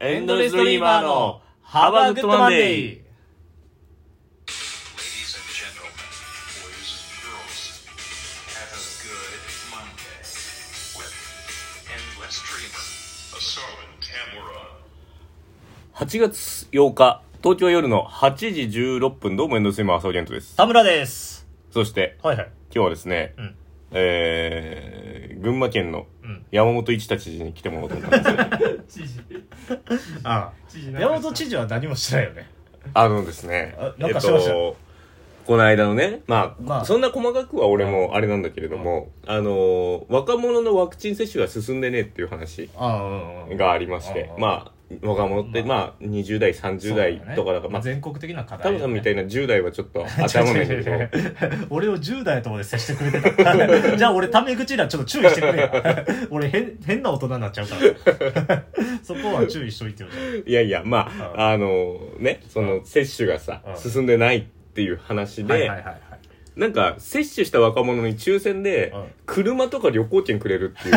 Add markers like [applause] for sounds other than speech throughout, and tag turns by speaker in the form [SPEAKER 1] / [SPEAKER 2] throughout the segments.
[SPEAKER 1] エンドレストリーマーのハーバーグッドマンデー
[SPEAKER 2] Ladies and gentlemen, boys and girls, have a good Monday with Endless Dreamer, Asalan Tamura.
[SPEAKER 1] 8月8日、東京夜の8時16分、どうもエンドレストリーマー、浅尾健人です。
[SPEAKER 3] 田村です。
[SPEAKER 1] そして、
[SPEAKER 3] はいはい。
[SPEAKER 1] 今日はですね、
[SPEAKER 3] うん
[SPEAKER 1] えー、群馬県の
[SPEAKER 3] うん
[SPEAKER 1] 山本一太知事に来てもらおうと思ったんです [laughs] よ。
[SPEAKER 4] 知事
[SPEAKER 3] あ
[SPEAKER 4] 知事
[SPEAKER 3] あ。
[SPEAKER 4] なんか
[SPEAKER 3] 山本知事は何もしてないよね。
[SPEAKER 1] あのですね
[SPEAKER 3] あ、なんかしてました
[SPEAKER 1] えっと、この間のね、まあ、
[SPEAKER 3] まあ
[SPEAKER 1] そんな細かくは俺もあれなんだけれども、あの、若者のワクチン接種が進んでねえっていう話
[SPEAKER 3] ああ、うんうん。
[SPEAKER 1] がありまして、
[SPEAKER 3] うん
[SPEAKER 1] まあ、若者って、まあ、20代、30代とかだから、まあ、
[SPEAKER 4] 全国的な課題
[SPEAKER 1] タムさんみたいな10代はちょっ
[SPEAKER 3] [laughs]
[SPEAKER 1] と当てはまんないんだけ
[SPEAKER 3] 違う違う
[SPEAKER 1] ど、
[SPEAKER 3] 違う [laughs] 俺を10代のところで接してくれてた。じゃあ俺タメ口にはちょっと注意してくれよ。 [laughs] 俺変、変な大人になっちゃうから。 [laughs] そこは注意しといてよ。じゃ [laughs]
[SPEAKER 1] いやいや、ま
[SPEAKER 3] うん
[SPEAKER 1] あ、あの、ね、その、接種がさ
[SPEAKER 3] う、ん
[SPEAKER 1] 進んでないっていう話
[SPEAKER 3] あはいはい
[SPEAKER 1] で、
[SPEAKER 3] はいはい。
[SPEAKER 1] なんか、接種した若者に抽選で
[SPEAKER 3] うん、
[SPEAKER 1] 車とか旅行券くれるって
[SPEAKER 3] [laughs]
[SPEAKER 1] いう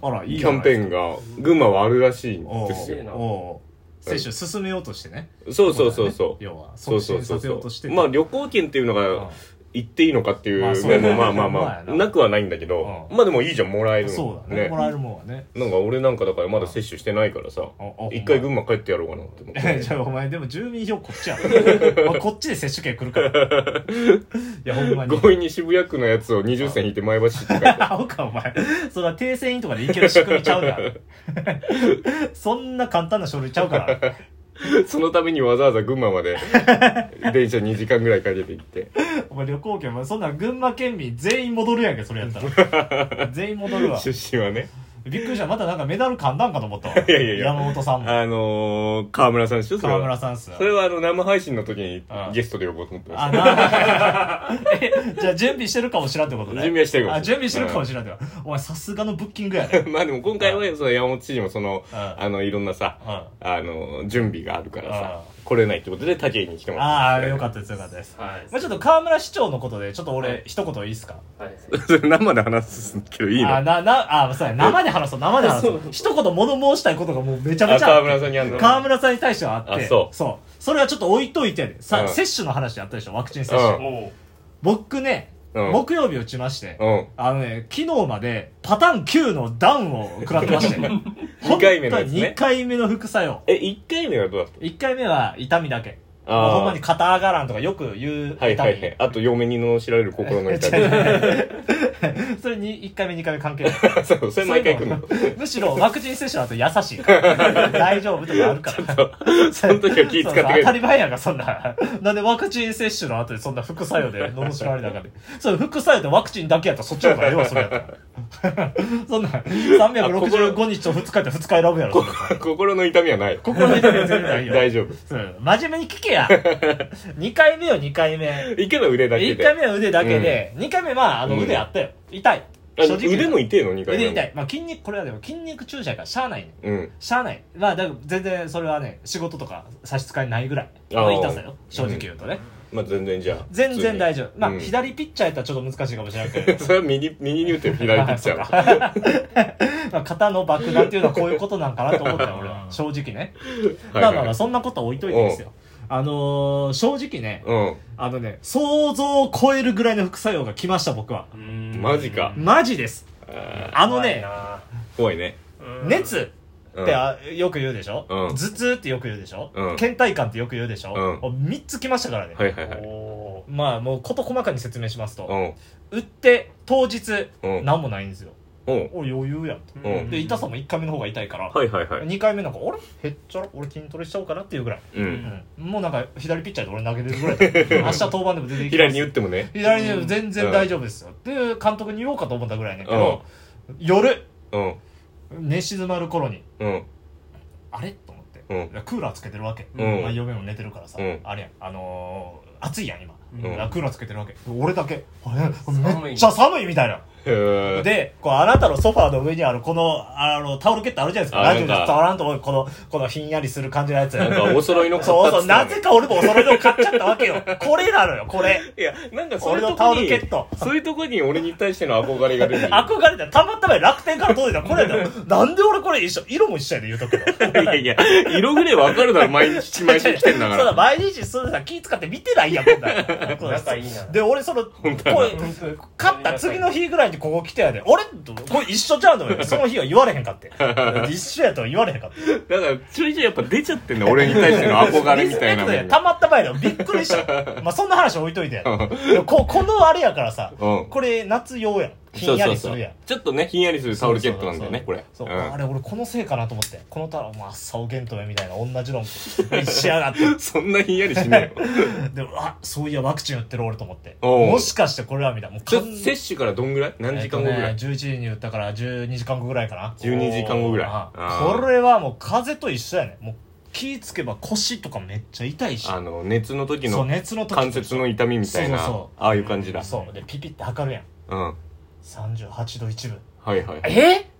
[SPEAKER 3] あら、いい
[SPEAKER 1] キャンペ
[SPEAKER 3] ン
[SPEAKER 1] ーンが、群馬はあるらしいん
[SPEAKER 3] おう
[SPEAKER 1] ですよ。
[SPEAKER 3] おう接種進めようとしてね。
[SPEAKER 1] そうそうそうそう。
[SPEAKER 3] 要は、
[SPEAKER 1] そう
[SPEAKER 3] 促
[SPEAKER 1] そうそう
[SPEAKER 3] 進させ
[SPEAKER 1] そ
[SPEAKER 3] ようとして
[SPEAKER 1] う。
[SPEAKER 3] て。
[SPEAKER 1] まあ旅行券っていうの
[SPEAKER 3] うん
[SPEAKER 1] が行っていいのかってい
[SPEAKER 3] まあ
[SPEAKER 1] う
[SPEAKER 3] そうだ
[SPEAKER 1] 面
[SPEAKER 3] ね
[SPEAKER 1] もまあまあまあ
[SPEAKER 3] まあな
[SPEAKER 1] なくはないんだけど、
[SPEAKER 3] うん
[SPEAKER 1] まあでもいいじゃんもらえるの。
[SPEAKER 3] そうだね。もらえるもんはね。
[SPEAKER 1] なんか俺なんかだからまだ接種してないからさ
[SPEAKER 3] ああ、
[SPEAKER 1] 一 [laughs] 回群馬帰ってやろうかなって思
[SPEAKER 3] [laughs]
[SPEAKER 1] って。
[SPEAKER 3] じゃあお前でも住民票こっちや
[SPEAKER 1] [laughs]
[SPEAKER 3] ろまあこっちで接種券来るからいやほんまに
[SPEAKER 1] 強引に渋谷区のやつを20銭引いて前橋って書いてある
[SPEAKER 3] 青かお前それは訂正員とかでいける仕組みちゃうから
[SPEAKER 1] [laughs]
[SPEAKER 3] そんな簡単な書類ちゃうから
[SPEAKER 1] [laughs] そのためにわざわざ群馬ま
[SPEAKER 3] [laughs]
[SPEAKER 1] で電車2時間ぐらいかけて行って
[SPEAKER 3] お前旅行券お前そんなん群馬県民全員戻るやんけそれやった
[SPEAKER 1] [laughs]
[SPEAKER 3] ら全員戻るわ
[SPEAKER 1] 出身はね
[SPEAKER 3] びっくりしたまたなんかメダル噛んだんかと思ったわ
[SPEAKER 1] いやいやいや
[SPEAKER 3] 山本さんも
[SPEAKER 1] あのー、河村さんでしょそれは
[SPEAKER 3] 川村さんっす
[SPEAKER 1] それはあの生配信の時に
[SPEAKER 3] ああ
[SPEAKER 1] ゲストで呼ぼうと思ってま
[SPEAKER 3] あ
[SPEAKER 1] す
[SPEAKER 3] な [laughs] えじゃあ準備してるかもしらんってことね
[SPEAKER 1] 準備はしてるかもしらん
[SPEAKER 3] あ準備してるかもしらんってことお前さすがのブッキングや
[SPEAKER 1] [laughs]
[SPEAKER 3] ね
[SPEAKER 1] まあでも今回はその山本知事もその
[SPEAKER 3] あ
[SPEAKER 1] あのいろんなさ
[SPEAKER 3] うん
[SPEAKER 1] あの準備があるからさ
[SPEAKER 3] あ
[SPEAKER 1] 来れないってことで武井に来てもら
[SPEAKER 3] あ
[SPEAKER 1] っ
[SPEAKER 3] あ、
[SPEAKER 1] た
[SPEAKER 3] よか
[SPEAKER 1] っ
[SPEAKER 3] ったです、よかったです。
[SPEAKER 4] はい
[SPEAKER 3] まあちょっと河村市長のことで、ちょっと俺、一言いいですか
[SPEAKER 4] はい
[SPEAKER 1] た [laughs] それ生で話すけどいいの
[SPEAKER 3] あ、
[SPEAKER 1] あ
[SPEAKER 3] な、な、あ、そうや、生で話そう、生で話そう。一言物申したいことがもうめちゃめちゃ
[SPEAKER 1] 河
[SPEAKER 3] あって。
[SPEAKER 1] 村さんにあんの
[SPEAKER 3] 河村さんに対してはあって。
[SPEAKER 1] あそう
[SPEAKER 3] そう。それはちょっと置いといてやで。さ、
[SPEAKER 1] うん
[SPEAKER 3] 接種の話あったでしょ、ワクチン接
[SPEAKER 1] う
[SPEAKER 3] 種。
[SPEAKER 4] おう
[SPEAKER 3] 僕ね、
[SPEAKER 1] うん
[SPEAKER 3] 木曜日打ちまして、
[SPEAKER 1] うん
[SPEAKER 3] あのね、昨日までパターン9のダウンを食らってまして。
[SPEAKER 1] [laughs] 二回目のやつね
[SPEAKER 3] 2回目の副作用。
[SPEAKER 1] え一回目はどうだった
[SPEAKER 3] 1回目は痛みだけ。
[SPEAKER 1] あー
[SPEAKER 3] ほんまに肩上がらんとかよく言う痛み。
[SPEAKER 1] はいはいはいあと嫁に罵られる心の痛
[SPEAKER 3] [laughs]
[SPEAKER 1] み
[SPEAKER 3] それに1回目2回目関係ない
[SPEAKER 1] そうそれ毎回来るの
[SPEAKER 3] そういうのむしろワクチン接種の後優し
[SPEAKER 1] [laughs]
[SPEAKER 3] いから大丈夫とかあるから
[SPEAKER 1] その時は気使ってく
[SPEAKER 3] そうそう
[SPEAKER 1] れ
[SPEAKER 3] 当た
[SPEAKER 1] る
[SPEAKER 3] り前やんかそんななんでワクチン接種の後でそんな副作用で罵られながらそう副作用でワクチンだけやったらそっちの方がええわそれやっ
[SPEAKER 1] [laughs]
[SPEAKER 3] たらそんなん365日と2日やったら2日選ぶやろそんなん
[SPEAKER 1] 心の痛みはない
[SPEAKER 3] 心の痛みは全然ないよ
[SPEAKER 1] 大丈夫
[SPEAKER 3] そう真面目に聞けや2回目よ2回目
[SPEAKER 1] 行けば腕だけ
[SPEAKER 3] 1回
[SPEAKER 1] で
[SPEAKER 3] 目は腕だけで、2回目まああの腕あったよ痛い
[SPEAKER 1] あ
[SPEAKER 3] 正直言う
[SPEAKER 1] 腕も痛いの二回目
[SPEAKER 3] 腕
[SPEAKER 1] も
[SPEAKER 3] 痛い。まあ筋肉、これはでも筋肉注射やからしゃあないね。
[SPEAKER 1] うん
[SPEAKER 3] しゃあない。まあだから全然それはね、仕事とか差し支えないぐらい
[SPEAKER 1] あー
[SPEAKER 3] の痛さよ。正直言うとね。
[SPEAKER 1] まあ全然じゃあ
[SPEAKER 3] 全然大丈
[SPEAKER 1] 普通
[SPEAKER 3] 夫。
[SPEAKER 1] に
[SPEAKER 3] まあ
[SPEAKER 1] うん
[SPEAKER 3] 左ピッチャーやったらちょっと難しいかもしれないけど。
[SPEAKER 1] それは右右に打って [laughs] 左ピッチャー
[SPEAKER 3] あそうか [laughs] まあ肩の爆弾っていうのはこういうことなんかなと思ったよ、俺は。正直ね。
[SPEAKER 1] はいはい
[SPEAKER 3] まあまあまあ、そんなことは置いといてですよ。あのー、正直ね、
[SPEAKER 1] う
[SPEAKER 3] あのね、想像を超えるぐらいの副作用が来ました、僕は。
[SPEAKER 4] うん
[SPEAKER 1] マジか
[SPEAKER 3] マジです。
[SPEAKER 1] ん
[SPEAKER 3] あのね、
[SPEAKER 1] 怖いね
[SPEAKER 3] 熱
[SPEAKER 1] うん
[SPEAKER 3] ってあよく言うでしょ、
[SPEAKER 1] うん
[SPEAKER 3] 頭痛ってよく言うでしょ、
[SPEAKER 1] うん
[SPEAKER 3] 倦怠感ってよく言うでしょ、
[SPEAKER 1] う
[SPEAKER 3] 3つきましたからね、
[SPEAKER 1] はいはいはい
[SPEAKER 4] お
[SPEAKER 3] まあもう事細かに説明しますと、
[SPEAKER 1] うん
[SPEAKER 3] 打って当日、
[SPEAKER 1] うん
[SPEAKER 3] 何もないんですよ
[SPEAKER 1] うん
[SPEAKER 3] お余裕やんと、
[SPEAKER 1] うん
[SPEAKER 3] で痛さも1回目の方が痛いか
[SPEAKER 1] は
[SPEAKER 3] ら、
[SPEAKER 1] いはいはい
[SPEAKER 3] 2回目なんかあれへっちゃら俺筋トレしちゃおうかなっていうぐらい、
[SPEAKER 1] うん
[SPEAKER 3] うんもうなんか左ピッチャーで俺投げれるぐらい
[SPEAKER 1] [laughs]
[SPEAKER 3] だ明日登板でも出ていきま
[SPEAKER 1] 左
[SPEAKER 3] す
[SPEAKER 1] に打ってもね
[SPEAKER 3] 左に打って全然大丈夫ですよ、で監督に言おうかと思ったぐらいねけど、夜
[SPEAKER 1] うん
[SPEAKER 3] 寝静まる頃に
[SPEAKER 1] うん
[SPEAKER 3] あれと思って、
[SPEAKER 1] うん
[SPEAKER 3] いやクーラーつけてるわけ、
[SPEAKER 1] うん
[SPEAKER 3] まあ、嫁も寝てるからさ、
[SPEAKER 1] うん
[SPEAKER 3] あれやんあのー、暑いやん今、
[SPEAKER 1] ん
[SPEAKER 3] だからクーラーつけてるわけ俺だけあれ
[SPEAKER 4] 寒い
[SPEAKER 3] めっちゃ寒いみたいな
[SPEAKER 1] へえ。
[SPEAKER 3] で、こう、あなたのソファーの上にある、この、あの、タオルケットあるじゃないですか。
[SPEAKER 1] あ
[SPEAKER 3] ラジオで
[SPEAKER 1] なんか
[SPEAKER 3] 伝わらんと思う、この、このひんやりする感じのやつ。
[SPEAKER 1] なんかお揃いの買
[SPEAKER 3] そう
[SPEAKER 1] った
[SPEAKER 3] そ
[SPEAKER 1] っ
[SPEAKER 3] う、
[SPEAKER 1] つ
[SPEAKER 3] な
[SPEAKER 1] っ
[SPEAKER 3] ぜ
[SPEAKER 1] て
[SPEAKER 3] か俺もお揃いの買っちゃったわけよ。これなのよ、これ。
[SPEAKER 1] いや、なんかそうい
[SPEAKER 3] 俺
[SPEAKER 1] う
[SPEAKER 3] の
[SPEAKER 1] と
[SPEAKER 3] タ
[SPEAKER 1] こ
[SPEAKER 3] オル
[SPEAKER 1] に
[SPEAKER 3] ケット、
[SPEAKER 1] そういうとこに俺に対しての憧れが出る。
[SPEAKER 3] 憧れた。たまたま楽天から届いた。これだよ。なんで俺これ一緒。色も一緒やで言うとくけど。
[SPEAKER 1] いやいや、色ぐらいわかるだろ、毎日毎日来てんだか
[SPEAKER 3] [laughs] そうだ、
[SPEAKER 1] ら。
[SPEAKER 3] 毎日それさ、気使って見てないやん、こんな
[SPEAKER 4] [laughs]
[SPEAKER 3] の。
[SPEAKER 4] 仲いいな
[SPEAKER 3] で、俺その、こう勝った次の日ぐらいにここ来てやで、俺と、これ一緒ちゃうのよ。
[SPEAKER 1] [laughs]
[SPEAKER 3] その日は言われへんかって。一緒やとは言われへんかって。
[SPEAKER 1] だから、ちょいちょいやっぱ出ちゃってんだ、俺に対しての憧れみたいな
[SPEAKER 3] リス
[SPEAKER 1] も
[SPEAKER 3] ペ
[SPEAKER 1] ん
[SPEAKER 3] クトで
[SPEAKER 1] が。
[SPEAKER 3] たまった場合だよ。びっく
[SPEAKER 1] [laughs]
[SPEAKER 3] りした。まあ、そんな話置いといてや
[SPEAKER 1] う
[SPEAKER 3] でもこ。このあれやからさ、
[SPEAKER 1] うん
[SPEAKER 3] これ夏用やん。ひ
[SPEAKER 1] そ
[SPEAKER 3] ん
[SPEAKER 1] う
[SPEAKER 3] や
[SPEAKER 1] そう
[SPEAKER 3] りす
[SPEAKER 1] そ
[SPEAKER 3] るやん
[SPEAKER 1] う。。ちょっとね、ひんやりするタオルケットなんだよね、これ。
[SPEAKER 3] そう、
[SPEAKER 1] うん
[SPEAKER 3] あれ俺このせいかなと思って。このタオル、もう朝おげんとめみたいな同じ論理。しやがって。
[SPEAKER 1] そんなひんやりしねえよ。
[SPEAKER 3] [laughs] でも、あ、そういやワクチン打ってる俺と思って。
[SPEAKER 1] おう
[SPEAKER 3] もしかしてこれはみたいな。もう
[SPEAKER 1] ちょ
[SPEAKER 3] 完全
[SPEAKER 1] 接種からどんぐらい何時間後ぐら
[SPEAKER 3] え
[SPEAKER 1] い
[SPEAKER 3] っとね、11時に打ったから12時間後ぐらいかな
[SPEAKER 1] 12時間後ぐらい
[SPEAKER 3] おー
[SPEAKER 1] あー
[SPEAKER 3] これはもう風邪と一緒やねもう気ぃつけば腰とかめっちゃ痛いし
[SPEAKER 1] あの、熱の時
[SPEAKER 3] そ
[SPEAKER 1] の
[SPEAKER 3] う熱の時
[SPEAKER 1] 関節の痛みみたいな
[SPEAKER 3] そうそう、
[SPEAKER 1] ああいう感じだ。
[SPEAKER 3] そうでピピって測るやん
[SPEAKER 1] うん。はい
[SPEAKER 3] 38度1分
[SPEAKER 1] はいはい。
[SPEAKER 3] え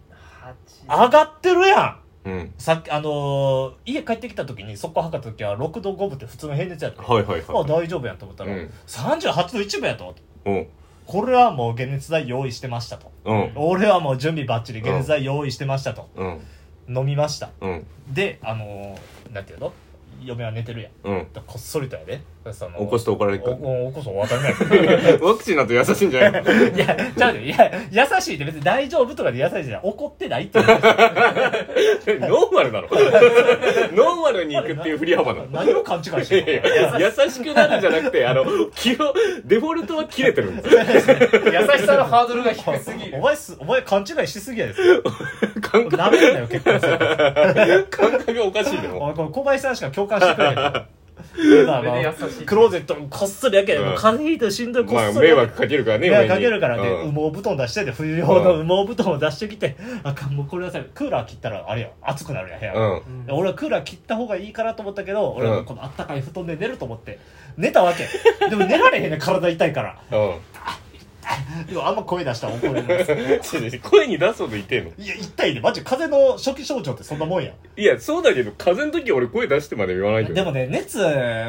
[SPEAKER 4] あ
[SPEAKER 3] 上がってるやん
[SPEAKER 1] うん。
[SPEAKER 3] さっきあのー、家帰ってきた時に速攻測った時は6度5分って普通の平熱やった、
[SPEAKER 1] はいはい
[SPEAKER 3] あ
[SPEAKER 1] はい。
[SPEAKER 3] 大丈夫やんと思ったら、
[SPEAKER 1] うん
[SPEAKER 3] 38度1分やと思って
[SPEAKER 1] うん。
[SPEAKER 3] これはもう解熱剤用意してましたと
[SPEAKER 1] うん。
[SPEAKER 3] 俺はもう準備バッチリ解熱剤用意してましたと、
[SPEAKER 1] うん。
[SPEAKER 3] 飲みました
[SPEAKER 1] うん。
[SPEAKER 3] であのー、なんていうの嫁は寝てるやん
[SPEAKER 1] うん。
[SPEAKER 3] だこっそりとやでその
[SPEAKER 1] 起こして怒られる
[SPEAKER 3] お
[SPEAKER 1] か。
[SPEAKER 3] お起こすの当たり前
[SPEAKER 1] ワクチンだと優しいんじゃないの
[SPEAKER 3] いやちゃうよいや優しいって別に大丈夫とかで優しいじゃん怒ってないって言うて
[SPEAKER 1] ノーマルだろ。ノーマルに行くっていう振り幅なの。
[SPEAKER 3] 何を勘違いして
[SPEAKER 1] い
[SPEAKER 3] る
[SPEAKER 1] やいや優しくなるんじゃなくて、あの、気を、デフォルトは切れてるんですよ。
[SPEAKER 4] 優しさのハードルが低すぎ
[SPEAKER 3] お
[SPEAKER 4] る
[SPEAKER 3] 前すお前勘違いしすぎやです
[SPEAKER 1] 感覚、
[SPEAKER 3] なめんなよ結婚するから
[SPEAKER 1] 感覚がおかしいでも。
[SPEAKER 3] お前これ小林さんしか共感してく
[SPEAKER 1] [laughs]
[SPEAKER 3] れへんからまあ
[SPEAKER 4] それ
[SPEAKER 3] ま
[SPEAKER 4] で優
[SPEAKER 3] あ
[SPEAKER 4] しい
[SPEAKER 3] クローゼットもこっそりやけど、
[SPEAKER 1] うん
[SPEAKER 3] 風邪ひいてしんどいこ
[SPEAKER 1] ま
[SPEAKER 3] っ
[SPEAKER 1] あ、
[SPEAKER 3] そり
[SPEAKER 1] 迷
[SPEAKER 3] やけど
[SPEAKER 1] 惑かけるからね、
[SPEAKER 3] い
[SPEAKER 1] 上
[SPEAKER 3] や
[SPEAKER 1] に
[SPEAKER 3] かけるからね、
[SPEAKER 1] うん
[SPEAKER 3] 羽毛布団出してて冬用の羽毛布団を出してきて、あかんもうこれはさクーラー切ったらあれよ暑くなるやん部屋が、
[SPEAKER 1] うん。
[SPEAKER 4] うん
[SPEAKER 3] 俺はクーラー切った方がいいかなと思ったけど俺
[SPEAKER 1] う
[SPEAKER 3] は
[SPEAKER 1] ん
[SPEAKER 3] このあったかい布団で寝ると思って寝たわけ
[SPEAKER 1] [laughs]
[SPEAKER 3] でも寝られへんねん体痛いから
[SPEAKER 1] うん。
[SPEAKER 3] でもあんま声出したら怒れるんですよ
[SPEAKER 1] [laughs] 声に出すほど痛えの
[SPEAKER 3] いや痛いねマジ風邪の初期症状ってそんなもんや
[SPEAKER 1] いやそうだけど風邪の時俺声出してまで言わないけど
[SPEAKER 3] でもね熱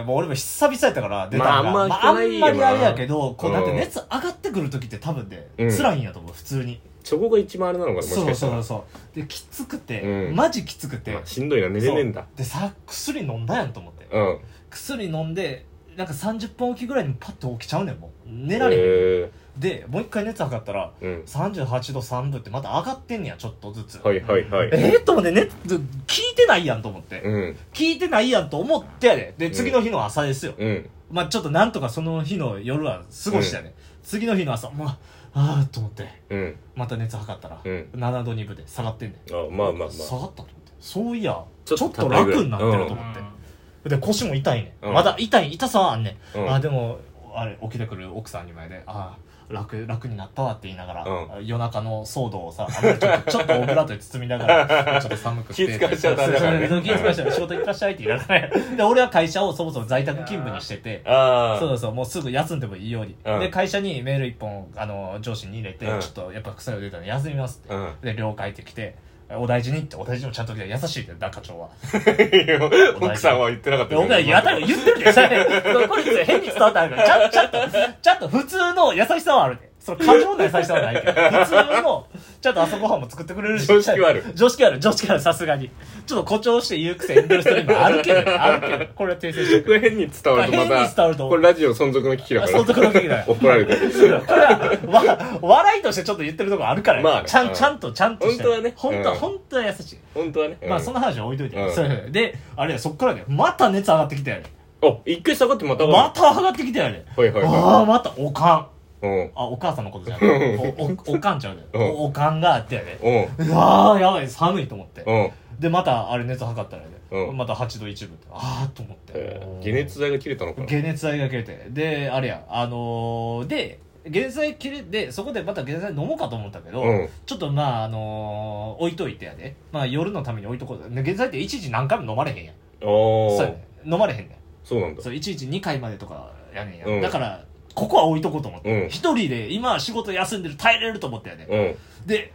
[SPEAKER 3] も俺も久々やったから出たのが
[SPEAKER 1] まああんま
[SPEAKER 3] まああんま
[SPEAKER 1] 聞
[SPEAKER 3] り
[SPEAKER 1] かな
[SPEAKER 3] あ
[SPEAKER 1] いよな
[SPEAKER 3] れやけどこうだって
[SPEAKER 1] うん
[SPEAKER 3] 熱上がってくる時って多分ね
[SPEAKER 1] うん
[SPEAKER 3] 辛いんやと思う普通に
[SPEAKER 1] そこが一番あれなのかなもし
[SPEAKER 3] そ
[SPEAKER 1] か
[SPEAKER 3] う
[SPEAKER 1] した
[SPEAKER 3] そう
[SPEAKER 1] ら
[SPEAKER 3] そうできつくて、
[SPEAKER 1] うん
[SPEAKER 3] マジきつくて、
[SPEAKER 1] まあしんどいな寝れねえんだ
[SPEAKER 3] そうでさ薬飲んだやんと思って
[SPEAKER 1] うん
[SPEAKER 3] 薬飲んでなんか30分おきぐらいにパッと起きちゃうねんもう寝
[SPEAKER 1] 寝
[SPEAKER 3] られへん、
[SPEAKER 1] へ
[SPEAKER 3] でもう一回熱測ったら
[SPEAKER 1] えうん
[SPEAKER 3] 38度3分ってまた上がってんねやちょっとずつ、
[SPEAKER 1] はいはいはい
[SPEAKER 3] えー、と思って熱聞いてないやんと思って、
[SPEAKER 1] うん
[SPEAKER 3] 聞いてないやんと思ってやでで次の日の朝ですよ、
[SPEAKER 1] うん
[SPEAKER 3] まあちょっとなんとかその日の夜は過ごしたね、次の日の朝まあああと思って
[SPEAKER 1] うん
[SPEAKER 3] また熱測ったら、
[SPEAKER 1] うん
[SPEAKER 3] 7度2分で下がってんねん
[SPEAKER 1] あまあまあま
[SPEAKER 3] 下がったと思ってそういやち
[SPEAKER 1] ち
[SPEAKER 3] ょ
[SPEAKER 1] ょ
[SPEAKER 3] っ
[SPEAKER 1] っ
[SPEAKER 3] と
[SPEAKER 1] と
[SPEAKER 3] 楽になってると
[SPEAKER 1] う
[SPEAKER 3] 思って、で腰も痛いね、
[SPEAKER 1] うん
[SPEAKER 3] まだ痛い痛さはあんね、
[SPEAKER 1] うん
[SPEAKER 3] あでもあれ起きてくる奥さんに前でああ楽楽になったわって言いながら、
[SPEAKER 1] うん
[SPEAKER 3] 夜中の騒動をさあのちょっとちょっとオブラートで包みな
[SPEAKER 1] [laughs]
[SPEAKER 3] がらちょっと寒くて
[SPEAKER 1] 気遣わしちゃったん
[SPEAKER 3] そう
[SPEAKER 1] だ
[SPEAKER 3] そ
[SPEAKER 1] か
[SPEAKER 3] う
[SPEAKER 1] ら
[SPEAKER 3] そう
[SPEAKER 1] ね
[SPEAKER 3] 気遣わしちゃう仕事行ってらっしゃいって言いながらねで俺は会社をそもそも在宅勤務にしてて
[SPEAKER 1] あああ
[SPEAKER 3] そうそう、もうすぐ休んでもいいように。
[SPEAKER 1] うん
[SPEAKER 3] で、会社にメール一本、あの、上司に入れて、
[SPEAKER 1] うん
[SPEAKER 3] ちょっとやっぱ副作用出たんで休みますって。
[SPEAKER 1] うん
[SPEAKER 3] で、了解ってきて、お大事にって、お大事にもちゃんと来て、優しいって、だ課長は。
[SPEAKER 1] いや奥さんは言ってなかった
[SPEAKER 3] で、僕は、やたら言ってるで、それこれ別に変に伝わってないから、ちゃ
[SPEAKER 1] [laughs]
[SPEAKER 3] んちゃんと、ちゃんと普通の優しさはあるで。その過剰な優しさはないけど、普通の、ちゃんと朝ごはんも作ってくれるし。
[SPEAKER 1] 常識はある
[SPEAKER 3] 常識はある、常識はある、さすがに。ちょっと誇張して言うくせに言ってる人にもあるけどね、あるけど、これは訂正して
[SPEAKER 1] これ変に伝わるとま
[SPEAKER 3] 変に伝わると
[SPEAKER 1] たこれラジオ存続の危機だから
[SPEAKER 3] 存続の危機だよ
[SPEAKER 1] 怒られてる
[SPEAKER 3] そうだこれは、わ、 [laughs] 笑いとしてちょっと言ってるところあるからね、
[SPEAKER 1] まあね
[SPEAKER 3] ちゃ、
[SPEAKER 1] うんん
[SPEAKER 3] ちゃんと、ちゃんとして。
[SPEAKER 1] 本当はね
[SPEAKER 3] 本当は、
[SPEAKER 1] うん
[SPEAKER 3] 本当は優しい。
[SPEAKER 1] 本当はね
[SPEAKER 3] まあ、そ
[SPEAKER 1] の
[SPEAKER 3] の話は置いといて。
[SPEAKER 1] うん
[SPEAKER 3] そうで、あれや、そっからね、また熱上がってきたやね。
[SPEAKER 1] あ一回下がってまた上
[SPEAKER 3] ま
[SPEAKER 1] が
[SPEAKER 3] た上がってきたやね。
[SPEAKER 1] はいはいはい
[SPEAKER 3] ああ、また、おかん。
[SPEAKER 1] るうん
[SPEAKER 3] あ、お母さんのことじゃない。お、お、おかんちゃうね。
[SPEAKER 1] うん
[SPEAKER 3] おおかんがあってやね。
[SPEAKER 1] うん
[SPEAKER 3] うわー、やばい、寒いと思って。
[SPEAKER 1] うん
[SPEAKER 3] で、また、あれ、熱測ったらやね。
[SPEAKER 1] うん
[SPEAKER 3] また8度1分って。あーと思って
[SPEAKER 1] え。ー解熱剤が切れたのかな
[SPEAKER 3] 解熱剤が切れてであれやあのー、で解熱剤切れてそこでまた解熱剤飲もうかと思ったけど、
[SPEAKER 1] うん
[SPEAKER 3] ちょっとまああのー、置いといてやで、まあ、夜のために置いとこうで解熱剤って一時何回も飲まれへん
[SPEAKER 1] あ
[SPEAKER 3] やんそうや
[SPEAKER 1] あ
[SPEAKER 3] ねん飲まれへんね
[SPEAKER 1] そうなん
[SPEAKER 3] ん
[SPEAKER 1] だ
[SPEAKER 3] そう一日2回までとかやねんや、
[SPEAKER 1] うん
[SPEAKER 3] だからここは置いとこうと思
[SPEAKER 1] う
[SPEAKER 3] っ
[SPEAKER 1] ん
[SPEAKER 3] て。一、人で、今仕事休んでる、耐えれると思ったよね。
[SPEAKER 1] うん
[SPEAKER 3] で、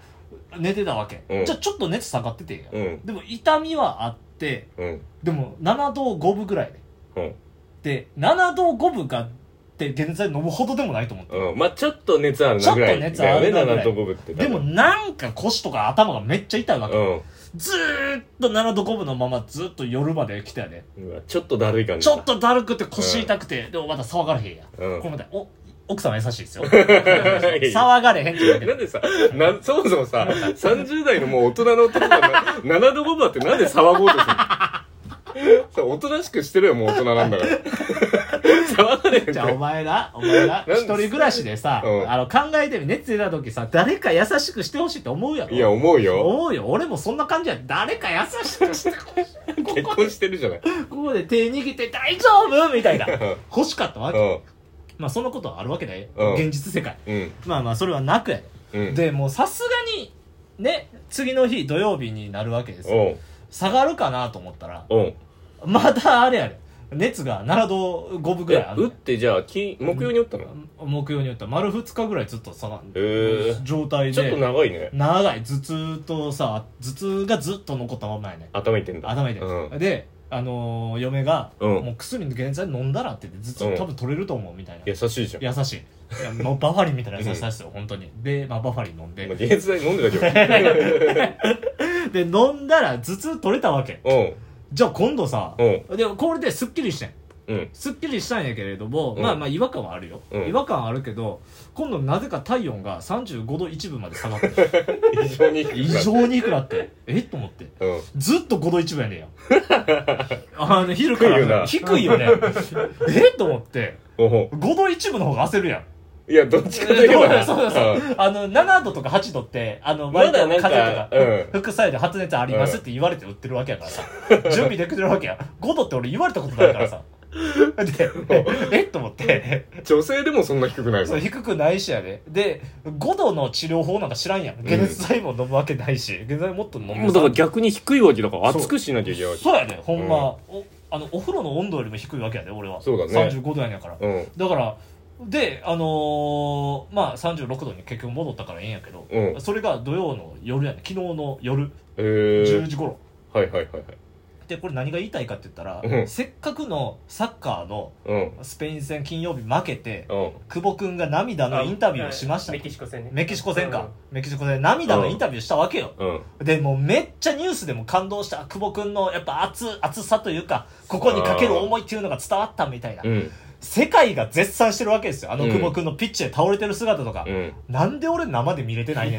[SPEAKER 3] 寝てたわけ。
[SPEAKER 1] うん
[SPEAKER 3] じゃあちょっと熱下がっててんや、
[SPEAKER 1] うん
[SPEAKER 3] でも痛みはあって、
[SPEAKER 1] うん
[SPEAKER 3] でも7度5分ぐらい
[SPEAKER 1] うん
[SPEAKER 3] で。で、7度5分が、って現在飲むほどでもないと思って。
[SPEAKER 1] うんまあちょっと熱あるなぐらい
[SPEAKER 3] ちょっと熱あるなぐらい
[SPEAKER 1] だよね7と5分って
[SPEAKER 3] でもなんか腰とか頭がめっちゃ痛いわけ。
[SPEAKER 1] うん
[SPEAKER 3] ずーっと7度5分のままずっと夜まで来たよね。
[SPEAKER 1] うわちょっとだるい感じ
[SPEAKER 3] ち
[SPEAKER 1] だ
[SPEAKER 3] ょっとだるくて腰痛くて、でもまだ騒がれへんや。
[SPEAKER 1] うん
[SPEAKER 3] これまた、お、奥様優しい
[SPEAKER 1] [laughs]
[SPEAKER 3] ですよ。
[SPEAKER 1] いや
[SPEAKER 3] 騒がれへんって言って
[SPEAKER 1] [laughs] なん
[SPEAKER 3] る。
[SPEAKER 1] でさなそもそもさ30代のもう大人の男がな7度5分だってなんで騒ごうとするの [laughs] さおとなしくしてるよもう大人なんだから [laughs] 騒がれへんか
[SPEAKER 3] じ
[SPEAKER 1] ら
[SPEAKER 3] ゃあお前な、お前な、
[SPEAKER 1] で
[SPEAKER 3] 一人暮らしでさ、
[SPEAKER 1] うん
[SPEAKER 3] あの考えてみ、熱出た時さ、誰か優しくしてほしいって思うやろ。
[SPEAKER 1] いや、思うよ。
[SPEAKER 3] 思うよ。俺もそんな感じや。誰か優しくしてほしい。こ
[SPEAKER 1] 結
[SPEAKER 3] こ
[SPEAKER 1] 婚してるじゃない。
[SPEAKER 3] ここで手握って大丈夫みた
[SPEAKER 1] [laughs]
[SPEAKER 3] いな。欲しかったわけ。
[SPEAKER 1] う
[SPEAKER 3] まあそのことはあるわけだよ
[SPEAKER 1] うん。
[SPEAKER 3] 現実世界。
[SPEAKER 1] ん。うん。
[SPEAKER 3] まあまあそれはなくやで。
[SPEAKER 1] うん。
[SPEAKER 3] で、もうさすがに、ね、次の日土曜日になるわけですよ。
[SPEAKER 1] おう。
[SPEAKER 3] 下がるかなと思ったら、
[SPEAKER 1] おう。
[SPEAKER 3] またあれやで。熱が7度5分ぐらいあ
[SPEAKER 1] 打
[SPEAKER 3] る
[SPEAKER 1] っ。てじゃあ、き木曜に打ったの
[SPEAKER 3] 木曜によっては丸2日ぐらいずっと下が
[SPEAKER 1] へ
[SPEAKER 3] る
[SPEAKER 1] ー
[SPEAKER 3] 状態
[SPEAKER 1] ちょっと
[SPEAKER 3] で、
[SPEAKER 1] 長いね。
[SPEAKER 3] 長い頭痛とさ、頭痛がずっと残ったまんまやね。
[SPEAKER 1] 頭痛いんだ。
[SPEAKER 3] 頭痛いで
[SPEAKER 1] うん
[SPEAKER 3] す、であのー嫁が、
[SPEAKER 1] うん
[SPEAKER 3] もう薬の現在飲んだら」って言ってずっ
[SPEAKER 1] うん
[SPEAKER 3] と多分取れると思うみたいな、
[SPEAKER 1] 優しいじゃん。
[SPEAKER 3] 優しいいやもうバファリンみたいな優しさですよ、本当にで、まあ、バファリン飲んで、
[SPEAKER 1] まあ、現在飲んでたけ
[SPEAKER 3] で飲んだら頭痛取れたわけ [laughs]
[SPEAKER 1] ど。うん。
[SPEAKER 3] じゃあ今度さ、
[SPEAKER 1] う
[SPEAKER 3] でもこれですっきりしてん
[SPEAKER 1] うん。
[SPEAKER 3] すっきりしたんやけれども、
[SPEAKER 1] うん
[SPEAKER 3] まあまあ違和感はあるよ、
[SPEAKER 1] うん
[SPEAKER 3] 違和感はあるけど今度なぜか体温が35度1分まで下が
[SPEAKER 1] [laughs]
[SPEAKER 3] って
[SPEAKER 1] 異常に低くな
[SPEAKER 3] 異
[SPEAKER 1] った。
[SPEAKER 3] 常に低くなってえっと思って
[SPEAKER 1] うん。
[SPEAKER 3] ずっと5度一分やねんや。 [laughs] あの、昼からね
[SPEAKER 1] 低
[SPEAKER 3] 低いよね。 [laughs] えと思って、
[SPEAKER 1] おほ。
[SPEAKER 3] 5度一分の方が焦るやん。
[SPEAKER 1] いや、どっちかという
[SPEAKER 3] そう
[SPEAKER 1] と。
[SPEAKER 3] だそうだそう
[SPEAKER 1] うん。
[SPEAKER 3] あの、7度とか8度って、あの、
[SPEAKER 1] ま
[SPEAKER 3] 割と
[SPEAKER 1] だな
[SPEAKER 3] 風
[SPEAKER 1] んか
[SPEAKER 3] 邪と
[SPEAKER 1] うん
[SPEAKER 3] か、副作用で発熱ありますって言われて売ってるわけやからさ。準備できてるわけや。5度って俺言われたことないからさ。で、えと思って、
[SPEAKER 1] 女性でもそんな低くない
[SPEAKER 3] そう
[SPEAKER 1] ぞ。
[SPEAKER 3] 低くないしやで。で、5度の治療法なんか知らんやん。解熱剤も飲むわけないし、解熱剤もっと飲む。
[SPEAKER 1] 逆に低いわけだから
[SPEAKER 3] 熱く
[SPEAKER 1] しなきゃいけない
[SPEAKER 3] そうやねほんま、おあのお風呂の温度よりも低いわけやで俺は
[SPEAKER 1] そうだね
[SPEAKER 3] 35度やねんから、
[SPEAKER 1] うん。
[SPEAKER 3] だからであのーまあ36度に結局戻ったからええんやけど、
[SPEAKER 1] うん
[SPEAKER 3] それが土曜の夜やね昨日の夜
[SPEAKER 1] え
[SPEAKER 3] 10
[SPEAKER 1] ー。
[SPEAKER 3] 時頃、
[SPEAKER 1] はいはいはいはい。
[SPEAKER 3] でこれ何が言いたいかって言ったら、
[SPEAKER 1] うん
[SPEAKER 3] せっかくのサッカーの
[SPEAKER 1] うん。
[SPEAKER 3] スペイン戦金曜日負けて
[SPEAKER 1] うん。
[SPEAKER 3] 久保君が涙のインタビューをしました
[SPEAKER 4] メキシコ戦ね
[SPEAKER 3] メキシコ戦か、メキシコ戦涙のインタビューしたわけよ、
[SPEAKER 1] うん。
[SPEAKER 3] でもうめっちゃニュースでも感動した久保君のやっぱ熱熱さというかここにかける思いっていうのが伝わったみたいな、
[SPEAKER 1] うん。
[SPEAKER 3] 世界が絶賛してるわけですよあの
[SPEAKER 1] うん
[SPEAKER 3] 久保君のピッチで倒れてる姿とか、
[SPEAKER 1] うん。
[SPEAKER 3] なんで俺生で見れてないね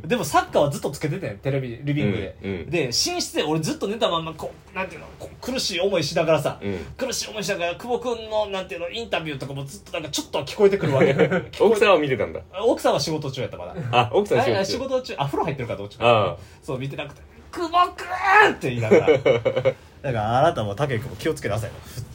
[SPEAKER 1] [laughs]
[SPEAKER 3] でもサッカーはずっとつけててんテレビリビングで、
[SPEAKER 1] うんうん
[SPEAKER 3] で寝室で俺ずっと寝たまんまこうなんていうのこう苦しい思いしながらさ、
[SPEAKER 1] うん。
[SPEAKER 3] 苦しい思いしながら久保君のなんていうのインタビューとかもずっとなんかちょっとは聞こえてくるわけ
[SPEAKER 1] [laughs] 奥さんは見てたんだ。
[SPEAKER 3] 奥さんは仕事中やったから
[SPEAKER 1] あ、奥さん仕事中
[SPEAKER 3] あ仕事中あ風呂入ってるかどっち
[SPEAKER 1] あ
[SPEAKER 3] か
[SPEAKER 1] あ
[SPEAKER 3] そう見てなくて「久保くん!」って言いながら [laughs] だからあなたも武井君も気をつけてください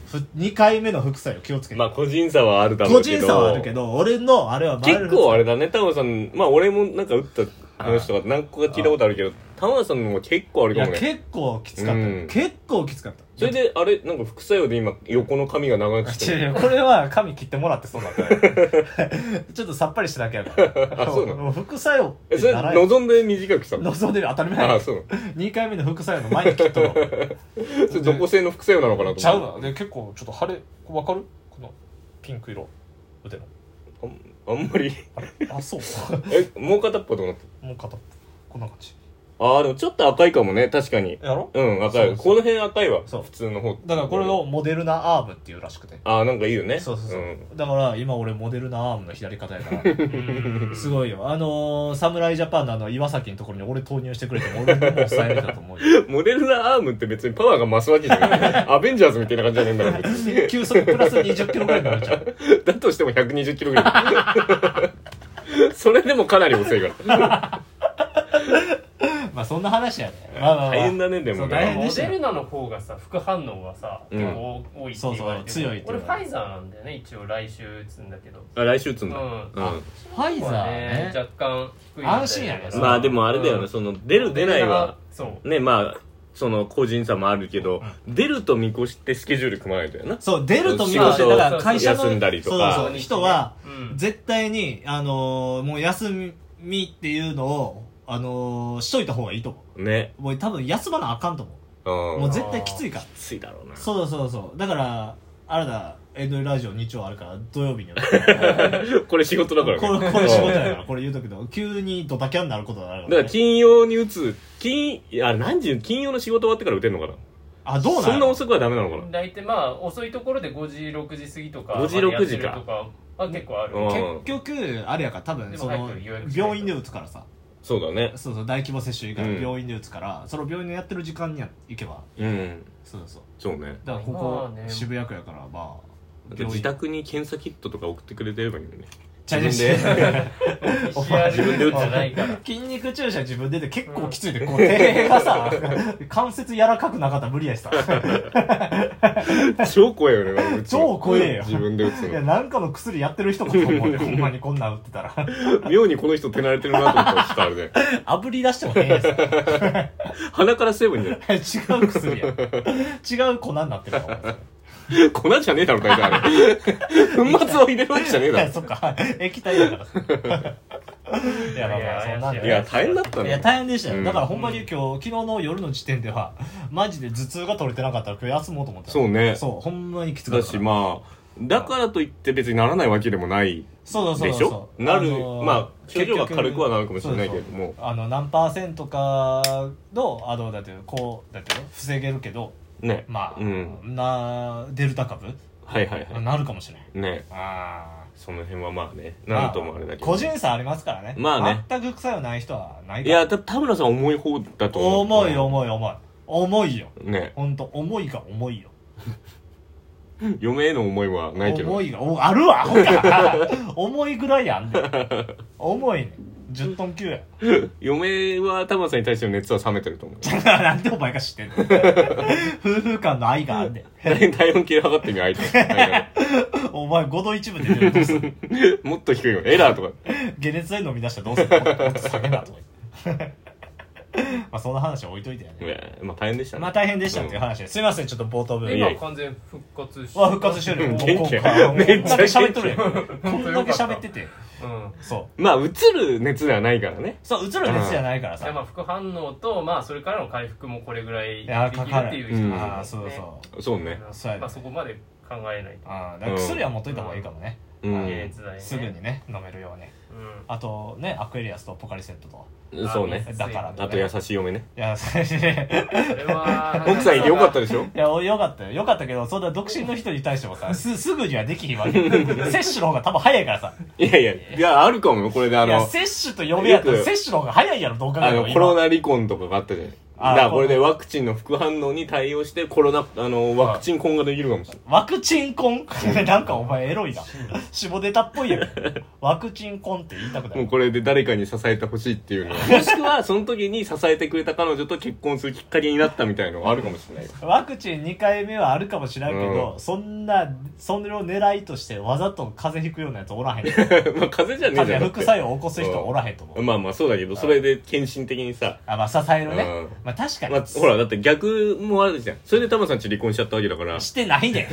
[SPEAKER 3] ふふ2回目の副作用気をつけて、
[SPEAKER 1] まあ個人差はあるだろ
[SPEAKER 3] 個
[SPEAKER 1] うけど
[SPEAKER 3] 人差はあるけど俺のあれは
[SPEAKER 1] 結構あれ
[SPEAKER 3] れ
[SPEAKER 1] だね田村さんまあ俺もなんか打った話とか何個か聞いたことあるけど田村さんのも結構ある
[SPEAKER 3] い
[SPEAKER 1] か
[SPEAKER 3] や
[SPEAKER 1] もね
[SPEAKER 3] 結構きつかった、
[SPEAKER 1] うん
[SPEAKER 3] 結構きつかった
[SPEAKER 1] それであれなんか副作用で今横の髪が長くして
[SPEAKER 3] 違う
[SPEAKER 1] る
[SPEAKER 3] 違うこれは髪切ってもらって [laughs] そうだったからちょっとさっぱりしなきゃやか
[SPEAKER 1] [laughs]
[SPEAKER 3] ら
[SPEAKER 1] あそうなの
[SPEAKER 3] も副作用
[SPEAKER 1] えそれ
[SPEAKER 3] ならん
[SPEAKER 1] 望んで短くしたの
[SPEAKER 3] 望んでる当たり前
[SPEAKER 1] あ
[SPEAKER 3] や
[SPEAKER 1] あそう
[SPEAKER 3] 2回目の副作用の前に切っとろう [laughs]
[SPEAKER 1] それどこ製の副作用なのかなと
[SPEAKER 3] ちゃう
[SPEAKER 1] 思
[SPEAKER 3] わで結構ちょっと腫れわかるこのピンク色腕の
[SPEAKER 1] うあんまり
[SPEAKER 3] あれあそう
[SPEAKER 1] えもう片っぽどうなった
[SPEAKER 3] もう片っぽこんな感じ
[SPEAKER 1] ああでもちょっと赤いかもね確かに
[SPEAKER 3] やろ
[SPEAKER 1] うん赤い
[SPEAKER 3] そうそう
[SPEAKER 1] この辺赤いわ
[SPEAKER 3] そう
[SPEAKER 1] 普通の方
[SPEAKER 3] だからこれをモデルナアームっていうらしくて
[SPEAKER 1] ああなんかいいよね
[SPEAKER 3] そうそうそう、
[SPEAKER 1] ん
[SPEAKER 3] だから今俺モデルナアームの左肩やから
[SPEAKER 1] [laughs]
[SPEAKER 3] うんすごいよあのー、侍ジャパンのあの岩崎のところに俺投入してくれても俺もう伝えれたと思う
[SPEAKER 1] [laughs]
[SPEAKER 3] よ
[SPEAKER 1] モデルナアームって別にパワーが増すわけじゃ
[SPEAKER 3] [laughs]
[SPEAKER 1] ないアベンジャーズみたいな感じじゃないんだから別に
[SPEAKER 3] 急速プラス20キロぐらいになるじゃん
[SPEAKER 1] だとしても120キロぐらい。
[SPEAKER 3] [laughs]
[SPEAKER 1] それでもかなり遅いから。
[SPEAKER 3] まあそんな話やねまあまあ、まあ、
[SPEAKER 1] 大変だね、で
[SPEAKER 3] そ
[SPEAKER 1] も
[SPEAKER 3] う大変
[SPEAKER 1] ね。
[SPEAKER 4] モ
[SPEAKER 3] でした
[SPEAKER 4] デ
[SPEAKER 3] よ
[SPEAKER 4] ルナの方がさ副反応がさ、
[SPEAKER 1] うん
[SPEAKER 4] 結構多いって言われてる
[SPEAKER 3] そうそう強いって言
[SPEAKER 4] 俺
[SPEAKER 3] う
[SPEAKER 4] ファイザーなんだよね一応来週打つんだけど
[SPEAKER 1] あ、来週打つんだ。
[SPEAKER 4] うん
[SPEAKER 1] うん。
[SPEAKER 3] ファイザーね
[SPEAKER 4] 若干低いみたいな
[SPEAKER 3] 安心やね
[SPEAKER 1] まあでもあれだよ
[SPEAKER 4] う
[SPEAKER 1] ね、
[SPEAKER 4] ん
[SPEAKER 1] その、出る出ないは、
[SPEAKER 4] そう
[SPEAKER 1] ね、まあ、その個人差もあるけど、出ると見越してスケジュール組まないとやな
[SPEAKER 3] そう、出ると見越
[SPEAKER 4] 仕
[SPEAKER 3] して、
[SPEAKER 4] 事
[SPEAKER 3] だから会社の、
[SPEAKER 1] 休んだりとか
[SPEAKER 3] そうそう、人は
[SPEAKER 4] う、ん
[SPEAKER 3] 絶対に、あのー、もう休みっていうのを、あのー、しといた方がいいと思
[SPEAKER 1] ね
[SPEAKER 3] う。もう多分休まなあかんと思
[SPEAKER 1] う
[SPEAKER 3] う。
[SPEAKER 1] ん
[SPEAKER 3] もう絶対きついから。
[SPEAKER 1] きついだろうな [laughs]
[SPEAKER 3] そうそうそう。だから、あれだ、エンドラジオ日曜あるから、土曜
[SPEAKER 1] [laughs]
[SPEAKER 3] 日にやる。
[SPEAKER 1] これ仕事だから
[SPEAKER 3] これ、これ仕事やから、これ言うとくけど、急にドタキャンになることにな
[SPEAKER 1] だ
[SPEAKER 3] るか、
[SPEAKER 1] からら
[SPEAKER 3] ね。
[SPEAKER 1] 金曜に打つ金いや何時金曜の仕事終わってから打てんのかな
[SPEAKER 3] あ、どうな
[SPEAKER 1] そんな
[SPEAKER 3] の
[SPEAKER 1] 遅くはダメなのかな
[SPEAKER 4] 大体まあ遅いところで5時6時過ぎとか
[SPEAKER 1] 5時6時か
[SPEAKER 4] やってるとかは結構ある、
[SPEAKER 1] うん
[SPEAKER 3] 結局、あれやから、多分、
[SPEAKER 4] でも
[SPEAKER 3] その
[SPEAKER 4] 早く予約、しないと
[SPEAKER 3] 病院で打つからさ。
[SPEAKER 1] そうだね
[SPEAKER 3] そうそう、大規模接種以
[SPEAKER 1] うん
[SPEAKER 3] 外、病院で打つから、その病院のやってる時間には行けば、
[SPEAKER 1] うん
[SPEAKER 3] そうそう。
[SPEAKER 1] そうね
[SPEAKER 3] だからこ
[SPEAKER 4] ま
[SPEAKER 3] こ
[SPEAKER 4] あ、ね
[SPEAKER 3] 渋谷区やから、まあ、
[SPEAKER 1] 自宅に検査キットとか送ってくれてればいいのにね
[SPEAKER 3] 自
[SPEAKER 1] 自
[SPEAKER 3] [laughs]
[SPEAKER 1] 分
[SPEAKER 3] で。
[SPEAKER 1] [laughs]
[SPEAKER 4] 自分で打つじゃないから
[SPEAKER 3] 筋肉注射自分でで結構きついで、こう、手が
[SPEAKER 1] [laughs]
[SPEAKER 3] さ、関節柔らかくなかったら無理やしさ。
[SPEAKER 1] [laughs] 超怖いよね打つの
[SPEAKER 3] 超怖えよ
[SPEAKER 1] 自分で打つ
[SPEAKER 3] いや、
[SPEAKER 1] の
[SPEAKER 3] なんかの薬やってる人かと思う [laughs] よ。ほんまにこんなん打ってたら。
[SPEAKER 1] 妙にこの人手慣れてるなと思ったらちょっとあれね
[SPEAKER 3] 炙り出しても変やしさ。
[SPEAKER 1] 鼻から吸えばいいんじゃ
[SPEAKER 3] 違う薬や。違う粉になってるかも。
[SPEAKER 1] [laughs] ない粉じゃねえだろ大体あれ
[SPEAKER 3] [laughs]
[SPEAKER 1] 粉末を入れるわけじゃねえ
[SPEAKER 3] い
[SPEAKER 1] だ
[SPEAKER 3] や、
[SPEAKER 1] ろ
[SPEAKER 3] そっか。液体だからさ。 [laughs] いや、まあまあ、そんなん
[SPEAKER 1] い
[SPEAKER 3] で。
[SPEAKER 1] や大変だった
[SPEAKER 3] い
[SPEAKER 1] ね
[SPEAKER 3] や、大変でした
[SPEAKER 1] う
[SPEAKER 3] よ。
[SPEAKER 1] ん
[SPEAKER 3] だからほんまに今日、昨日の夜の時点では、マジで頭痛が取れてなかったら今日休もうと思ってた。
[SPEAKER 1] そうね
[SPEAKER 3] そう、ほんまにきつかっ
[SPEAKER 1] だ
[SPEAKER 3] た。
[SPEAKER 1] しまあだからといって別にならないわけでもない
[SPEAKER 3] そうそうそう
[SPEAKER 1] で
[SPEAKER 3] そう。
[SPEAKER 1] しょなる、
[SPEAKER 3] あのー
[SPEAKER 1] まあ症状が軽くはなるかもしれないけれど。
[SPEAKER 3] 結
[SPEAKER 1] も
[SPEAKER 3] 局あの、何パーセントかの、あの、だって、こう、だって、防げるけど、
[SPEAKER 1] ね
[SPEAKER 3] まあ、
[SPEAKER 1] うん
[SPEAKER 3] な、デルタ株
[SPEAKER 1] はいはいは
[SPEAKER 3] なるかもしれない。
[SPEAKER 1] いね
[SPEAKER 3] あ
[SPEAKER 1] その辺はまあねなんともあれだけど、
[SPEAKER 3] 個人差ありますからね。
[SPEAKER 1] まあね
[SPEAKER 3] 全く臭いのない人はない
[SPEAKER 1] い
[SPEAKER 3] から。
[SPEAKER 1] やた田村さん重い方だと思う
[SPEAKER 3] 重い重い重い。重いよ。
[SPEAKER 1] ね
[SPEAKER 3] ほんと、重いが重いよ。
[SPEAKER 1] 嫁への思いはないけど
[SPEAKER 3] 重いが、おあるわ、ほら [laughs] 重いぐらいやんねん。重いねん。10トン級や。 [laughs]
[SPEAKER 1] 嫁は田村さんに対しての熱は冷めてると
[SPEAKER 3] [laughs]
[SPEAKER 1] 思う
[SPEAKER 3] なんでお前が知ってんの [laughs] 夫婦間の愛があんねん。
[SPEAKER 1] 体温計測ってみ相手相
[SPEAKER 3] お前5度一部で出るどうする
[SPEAKER 1] 手 [laughs] もっと低いよエラーとか
[SPEAKER 3] 解熱剤飲み出したらどうするもっと下げなとか言って。 [laughs] まあそんな話は置いといてやね。
[SPEAKER 1] ねまあ大変でしたね
[SPEAKER 3] まあ大変でしたっていう話です。すいません、ちょっと冒頭部
[SPEAKER 1] いや
[SPEAKER 4] 今完全復活して
[SPEAKER 3] わ復活してるよ
[SPEAKER 1] うん元気や
[SPEAKER 3] こんな
[SPEAKER 1] めっちゃ元気
[SPEAKER 3] こんだけ喋っとるやんこんだけ喋ってて
[SPEAKER 4] うん
[SPEAKER 3] そう
[SPEAKER 1] まあうつる熱ではないからね
[SPEAKER 3] そう映る熱じゃないから
[SPEAKER 4] いやまあ
[SPEAKER 3] さ
[SPEAKER 4] 副反応と、まあ、それからの回復もこれぐらい
[SPEAKER 3] い
[SPEAKER 4] で
[SPEAKER 3] や
[SPEAKER 4] きる
[SPEAKER 3] かかる
[SPEAKER 4] っていう人
[SPEAKER 1] うん
[SPEAKER 4] もい
[SPEAKER 3] あ
[SPEAKER 4] ま
[SPEAKER 3] あ
[SPEAKER 4] す
[SPEAKER 3] そう
[SPEAKER 4] ね
[SPEAKER 3] そう
[SPEAKER 1] そうね
[SPEAKER 3] そうやね
[SPEAKER 4] まあ、そこまで考えないと、
[SPEAKER 3] ああだから薬は持っといた方がいいかもね
[SPEAKER 1] う
[SPEAKER 4] 解
[SPEAKER 1] ん
[SPEAKER 4] 熱剤ね
[SPEAKER 3] すぐにね飲めるように
[SPEAKER 4] うん
[SPEAKER 3] あとねアクエリアスとポカリセットと
[SPEAKER 1] そう
[SPEAKER 4] あ
[SPEAKER 1] ね
[SPEAKER 4] 水
[SPEAKER 3] だから
[SPEAKER 1] あと優しい嫁ね
[SPEAKER 3] いやそれね
[SPEAKER 4] それは
[SPEAKER 1] 奥さんいてよかったでしょ
[SPEAKER 3] いやおよかったよよかったけどそんな独身の人に対してもさすすぐにはできひんわけ摂取の方が多分早いからさ
[SPEAKER 1] いやいやいやあるかもよこれであ
[SPEAKER 3] いや
[SPEAKER 1] の
[SPEAKER 3] 摂取と呼び合ったら
[SPEAKER 1] よく
[SPEAKER 3] 摂取の方が早いやろどう考え
[SPEAKER 1] あ
[SPEAKER 3] て
[SPEAKER 1] の
[SPEAKER 3] も
[SPEAKER 1] コロ
[SPEAKER 3] 今
[SPEAKER 1] ナ離婚とかがあったじゃない
[SPEAKER 3] あ
[SPEAKER 1] だからこれ
[SPEAKER 3] コ
[SPEAKER 1] で
[SPEAKER 3] ロ
[SPEAKER 1] ワクチンの副反応に対応してコロナあのワクチン婚ができるかもしれない
[SPEAKER 3] ワクチン婚 [laughs] なんかお前エロいな下ネタっぽいや
[SPEAKER 1] [laughs]
[SPEAKER 3] んワクチン婚って言いたくな
[SPEAKER 1] も
[SPEAKER 3] いう
[SPEAKER 1] これで誰かに支えてほしいっていうの [laughs] はもしくはその時に支えてくれた彼女と結婚するきっかけになったみたいのはあるかもしれ [laughs] ない
[SPEAKER 3] ワクチン2回目はあるかもしれんけど、そんな、それを狙いとしてわざと風邪ひくようなやつおら
[SPEAKER 1] [laughs]
[SPEAKER 3] へん。風
[SPEAKER 1] まあ風邪じゃねえじ
[SPEAKER 3] 邪
[SPEAKER 1] ゃん
[SPEAKER 3] 副作用を起こす人おらへんと思う。
[SPEAKER 1] まあまあそうだけどそれで献身的にさ
[SPEAKER 3] あ、まあ支えるね。
[SPEAKER 1] うん
[SPEAKER 3] まあ確かに。
[SPEAKER 1] まあほらだって逆もあるじゃんそれでタマさんち離婚しちゃったわけだから
[SPEAKER 3] してない
[SPEAKER 1] [laughs]
[SPEAKER 3] ね。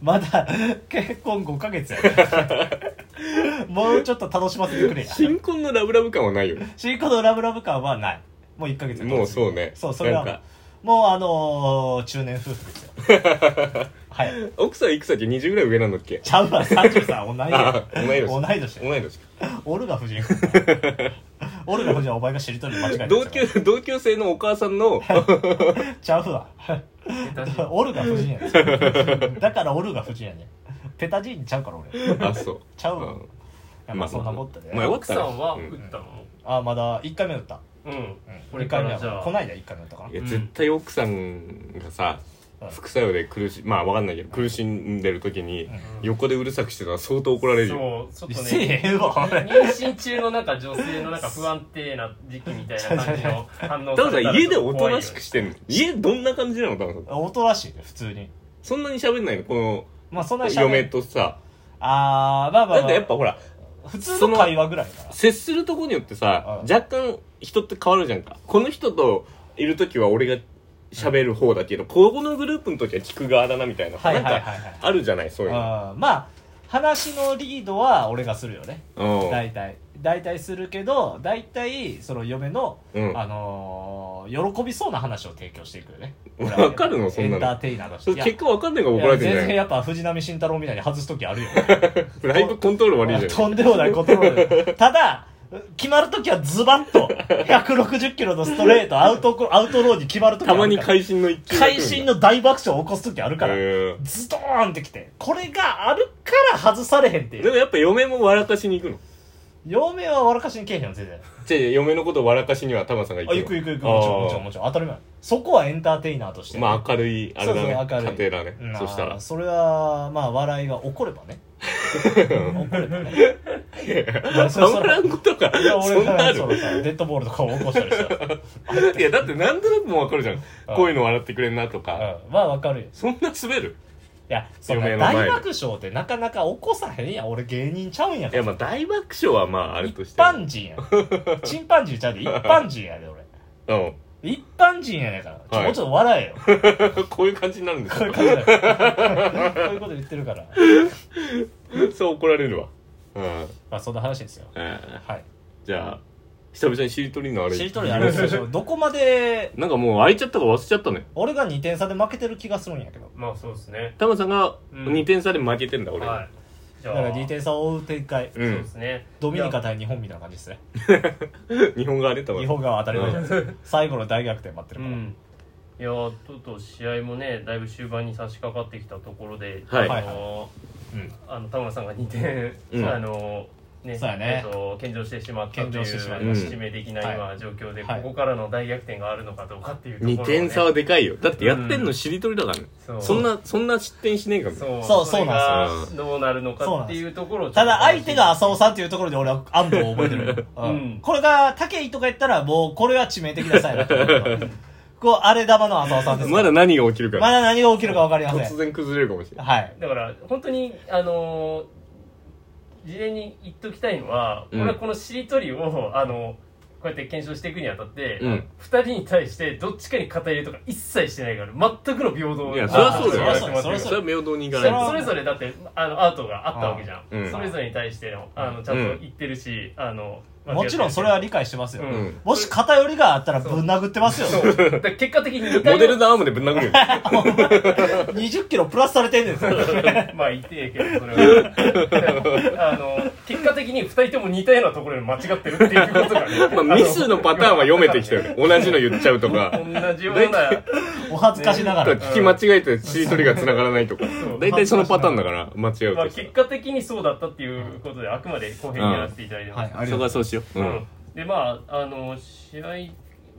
[SPEAKER 3] まだ結婚5
[SPEAKER 1] [laughs]
[SPEAKER 3] ヶ月やねもうちょっと楽しませてくれや。
[SPEAKER 1] 新婚のラブラブ感はないよね
[SPEAKER 3] 新婚のラブラブ感はない。もう1ヶ月や
[SPEAKER 1] もうそうね
[SPEAKER 3] そう、それ
[SPEAKER 1] なん
[SPEAKER 3] は
[SPEAKER 1] か。
[SPEAKER 3] もうあのー、中年夫婦ですよ。
[SPEAKER 1] [laughs]
[SPEAKER 3] はい。
[SPEAKER 1] 奥さんいくつだっけ20ぐらい上なんだっけ
[SPEAKER 3] ちゃうわ、30歳、同い
[SPEAKER 1] あ
[SPEAKER 3] 年。
[SPEAKER 1] 同い年
[SPEAKER 3] 同い年。
[SPEAKER 1] 同い年か
[SPEAKER 3] オルガ夫人。
[SPEAKER 1] [laughs]
[SPEAKER 3] オルガ夫人はお前が知りとり間違いない。
[SPEAKER 1] 同級同級生のお母さん
[SPEAKER 3] [laughs]
[SPEAKER 1] の
[SPEAKER 3] ちゃうわ。 [laughs]
[SPEAKER 4] 下手し
[SPEAKER 3] オルガ夫人やねだからオルガ夫人やねペタジーンちゃうから俺。
[SPEAKER 1] あそう
[SPEAKER 3] ちゃうわ。
[SPEAKER 1] ん
[SPEAKER 3] やっぱそんなこったで。
[SPEAKER 1] まあ。
[SPEAKER 4] 奥さんは打ったの
[SPEAKER 3] あ、まだ1回目打った。
[SPEAKER 4] うん、こ
[SPEAKER 3] うん、
[SPEAKER 4] れ
[SPEAKER 3] 1
[SPEAKER 4] か
[SPEAKER 3] 回目
[SPEAKER 4] らじゃ
[SPEAKER 3] は。
[SPEAKER 4] あ
[SPEAKER 3] こないだ1回目打ったかない
[SPEAKER 1] や
[SPEAKER 4] うん
[SPEAKER 1] 絶対奥さんがさ
[SPEAKER 3] うん
[SPEAKER 1] 副作用で苦しまあわかんないけど苦しんでる時に
[SPEAKER 4] ん
[SPEAKER 1] 横でうるさくしてたら相当怒られるよ
[SPEAKER 4] そうちょっと
[SPEAKER 3] せ
[SPEAKER 4] ね
[SPEAKER 3] えへんわ、俺。
[SPEAKER 4] 妊娠中のなんか女性のなんか不安定な時期みたいな感じの反応
[SPEAKER 1] タモさん家でおとなしく
[SPEAKER 4] し
[SPEAKER 1] してんの家どんな感じなのタモさん
[SPEAKER 3] おとらしいね、普通に。
[SPEAKER 1] そんなに喋んないのこ
[SPEAKER 3] まあそんな
[SPEAKER 1] の
[SPEAKER 3] に喋る
[SPEAKER 1] 嫁。とさ
[SPEAKER 3] あー、まあまあまあ。
[SPEAKER 1] なんかやっぱほら
[SPEAKER 3] 普通の会話ぐらいか
[SPEAKER 1] 接するとこによってさ、
[SPEAKER 3] うん
[SPEAKER 1] 若干人って変わるじゃんかこの人といる時は俺が喋る方だけど、ここのグループの時は聞く側だなみたいな、
[SPEAKER 3] はいはいはいはい
[SPEAKER 1] なんかあるじゃないそういうの
[SPEAKER 3] な、うん、まあ話のリードは俺がするよね
[SPEAKER 1] うん
[SPEAKER 3] 大体大体するけど大体その嫁の、
[SPEAKER 1] うん
[SPEAKER 3] あのー喜びそうな話を提供していくよね
[SPEAKER 1] わかるのそんなの
[SPEAKER 3] エンターテイナーと
[SPEAKER 1] そ
[SPEAKER 3] して
[SPEAKER 1] れ
[SPEAKER 3] いや
[SPEAKER 1] 結果わかんないから
[SPEAKER 3] い
[SPEAKER 1] 怒ら
[SPEAKER 3] や
[SPEAKER 1] れてんじゃ
[SPEAKER 3] 全
[SPEAKER 1] な
[SPEAKER 3] 然
[SPEAKER 1] い
[SPEAKER 3] やっぱ藤波慎太郎みたいに外す時あ
[SPEAKER 1] [laughs]
[SPEAKER 3] るよ
[SPEAKER 1] ライブコントロール悪いじゃ
[SPEAKER 3] とんでもないこともないただ決まるときはズバ
[SPEAKER 1] [laughs]
[SPEAKER 3] ッと160キロのストレートアウトコアウトローに決まると
[SPEAKER 1] ん
[SPEAKER 3] きは
[SPEAKER 1] たまに会心の一球が来るん
[SPEAKER 3] 会
[SPEAKER 1] だ
[SPEAKER 3] 心の大爆笑を起こすときあるから、
[SPEAKER 1] うん
[SPEAKER 3] ズドーンってきてこれがあるから外されへんってい
[SPEAKER 1] で
[SPEAKER 3] う
[SPEAKER 1] もやっぱ嫁も笑かしに行くの
[SPEAKER 3] 嫁は笑かしにけえへんよ全然
[SPEAKER 1] じゃあ嫁のこと笑かしにはタマさんが行
[SPEAKER 3] あ
[SPEAKER 1] くの
[SPEAKER 3] 行く行く行くもちろんもちろんもちろん当たり前そこはエンターテイナーとして、
[SPEAKER 1] まあ明るいあれだね
[SPEAKER 3] そうそう明るい
[SPEAKER 1] 家庭だね、
[SPEAKER 3] うん
[SPEAKER 1] そしたら
[SPEAKER 3] それはまあ笑いが起これば
[SPEAKER 1] [laughs]
[SPEAKER 3] ね起こればねいやそ
[SPEAKER 1] た
[SPEAKER 3] した
[SPEAKER 1] ま
[SPEAKER 3] ら
[SPEAKER 1] らんことか
[SPEAKER 3] いや
[SPEAKER 1] そ
[SPEAKER 3] 俺
[SPEAKER 1] んなあ
[SPEAKER 3] が
[SPEAKER 1] る
[SPEAKER 3] そうそうデッドボールとかを起こしたりしたら
[SPEAKER 1] [laughs] いやだってなんとなくもうわかるじゃんこういうの笑ってくれんなとか、
[SPEAKER 3] うんまあわかるよ
[SPEAKER 1] そんな滑る
[SPEAKER 3] いやそんな
[SPEAKER 1] 嫁の前で
[SPEAKER 3] 大爆笑ってなかなか起こさへんやん俺芸人ちゃうんや
[SPEAKER 1] い
[SPEAKER 3] か
[SPEAKER 1] や
[SPEAKER 3] ら
[SPEAKER 1] まあ大爆笑はまああるとし
[SPEAKER 3] 一
[SPEAKER 1] ても
[SPEAKER 3] 般人
[SPEAKER 1] [laughs]
[SPEAKER 3] やんチンパンジーちゃうで一般人やで俺
[SPEAKER 1] うん [laughs]
[SPEAKER 3] 一般人やねんからちょ、
[SPEAKER 1] はい
[SPEAKER 3] もうちょっと笑
[SPEAKER 1] [laughs]
[SPEAKER 3] えよ
[SPEAKER 1] こういう感じになるんです
[SPEAKER 3] こういう
[SPEAKER 1] よ
[SPEAKER 3] 感じだよこういうこと言ってるから
[SPEAKER 1] [laughs] そう怒られるわうん
[SPEAKER 3] まあそんな話ですよ
[SPEAKER 1] え
[SPEAKER 3] はい
[SPEAKER 1] ーじゃあ久々にしりとりのあれ
[SPEAKER 3] しりとりあれで
[SPEAKER 1] [laughs]
[SPEAKER 3] すよどこまで
[SPEAKER 1] なんかもう開いちゃったか忘れちゃったね
[SPEAKER 3] 俺が2点差で負けてる気がするんやけど
[SPEAKER 4] まあそうですね
[SPEAKER 1] タマさんが
[SPEAKER 4] うん
[SPEAKER 1] 2点差で負けてんだ俺、
[SPEAKER 4] はいじ
[SPEAKER 3] だ
[SPEAKER 4] ゃあ
[SPEAKER 3] から2点差を追う展開
[SPEAKER 1] う
[SPEAKER 4] そうで
[SPEAKER 1] ん
[SPEAKER 4] すね
[SPEAKER 3] ドミニカ
[SPEAKER 4] い
[SPEAKER 3] 対日本みたいな感じですね
[SPEAKER 1] [laughs] 日本があれたわ
[SPEAKER 3] 日本側は当たり前じゃな
[SPEAKER 1] [laughs]
[SPEAKER 3] いですか最後の大逆転待ってる
[SPEAKER 4] やう
[SPEAKER 3] から、
[SPEAKER 4] んいやーとうとう試合もねだいぶ終盤に差し掛かってきたところで、
[SPEAKER 1] はい
[SPEAKER 4] あのー
[SPEAKER 3] うん
[SPEAKER 4] あの田村さんが2点、
[SPEAKER 1] うん
[SPEAKER 4] あのーね
[SPEAKER 3] そうやね
[SPEAKER 4] えっと献上してしまったという
[SPEAKER 3] 献上してしまい
[SPEAKER 1] ました
[SPEAKER 4] 致命的な
[SPEAKER 3] は
[SPEAKER 4] 今状況で、
[SPEAKER 3] はい
[SPEAKER 4] ここからの大逆転があるのかどうかっていうところをね、
[SPEAKER 1] 2点差はでかいよだってやってんのしりとりだからね、
[SPEAKER 4] そう
[SPEAKER 1] そんなそんな失点しねえからね
[SPEAKER 4] そう
[SPEAKER 3] そう
[SPEAKER 4] れが
[SPEAKER 1] そうなんです
[SPEAKER 4] どうなるのかっていうところを
[SPEAKER 3] ただ相手が浅尾
[SPEAKER 4] う
[SPEAKER 3] さんっていうところで俺は安藤を覚えて
[SPEAKER 4] [laughs]
[SPEAKER 3] る、
[SPEAKER 4] うん
[SPEAKER 3] うんこれが武井とか言ったらもうこれは致命的なサインだと思うよこう荒れ玉の浅尾さんですか
[SPEAKER 1] ま
[SPEAKER 3] ら
[SPEAKER 1] だ何が起きるか、
[SPEAKER 3] まだ何が起きるか分かりませ
[SPEAKER 1] 突
[SPEAKER 3] ん
[SPEAKER 1] 然崩れるかもしれない
[SPEAKER 3] はい
[SPEAKER 4] だから本当にあのー事前に言っときたいのは、
[SPEAKER 1] うん
[SPEAKER 4] 俺はこのしりとりをあのこうやって検証していくにあたって、
[SPEAKER 1] うん
[SPEAKER 4] 二人に対してどっちかに偏りとか一切してないから全くの平等
[SPEAKER 1] いやそりゃそうだよ
[SPEAKER 3] あ
[SPEAKER 1] ね
[SPEAKER 3] ーそりゃそ
[SPEAKER 1] そ
[SPEAKER 3] うだよ
[SPEAKER 1] れは明洞に行
[SPEAKER 4] そ
[SPEAKER 1] か
[SPEAKER 4] れ
[SPEAKER 1] ない
[SPEAKER 3] それは
[SPEAKER 4] それぞれだってあのアウトがあったわけじゃん、
[SPEAKER 1] うん
[SPEAKER 4] それぞれに対してのあのちゃんと言ってるし、あの
[SPEAKER 3] もちろんそれは理解してますよ、
[SPEAKER 4] うん
[SPEAKER 3] もし偏りがあったらぶん殴ってますよ
[SPEAKER 4] そう
[SPEAKER 3] [laughs]
[SPEAKER 4] だから結果的に似たよ
[SPEAKER 1] モ
[SPEAKER 4] う
[SPEAKER 1] デルのアームでぶん
[SPEAKER 4] [laughs]
[SPEAKER 1] 殴るよ
[SPEAKER 3] 2 0キロプラスされてんですよ
[SPEAKER 4] [laughs] まあ言ってえけどそ
[SPEAKER 1] [laughs]
[SPEAKER 4] れはあの結果的に2人とも似たようなところで間違ってるっていうことがね、
[SPEAKER 1] まあミスのパターンは読めてきたよね同じの言っちゃうとか
[SPEAKER 4] 同じよ
[SPEAKER 1] [laughs]
[SPEAKER 4] うな
[SPEAKER 3] お恥ずかしながら、
[SPEAKER 1] 聞き間違えてしりとりが繋がらないとか
[SPEAKER 4] そう
[SPEAKER 1] 大体そのパターンだから間違う
[SPEAKER 4] まあ
[SPEAKER 1] とした
[SPEAKER 4] 結
[SPEAKER 1] ら
[SPEAKER 4] 果的にそうだったっていうことであくまで公平にやらせていただいてます、
[SPEAKER 3] はいあり
[SPEAKER 1] そこと
[SPEAKER 3] がう
[SPEAKER 1] はそうしようう
[SPEAKER 4] うんんでまああの試合、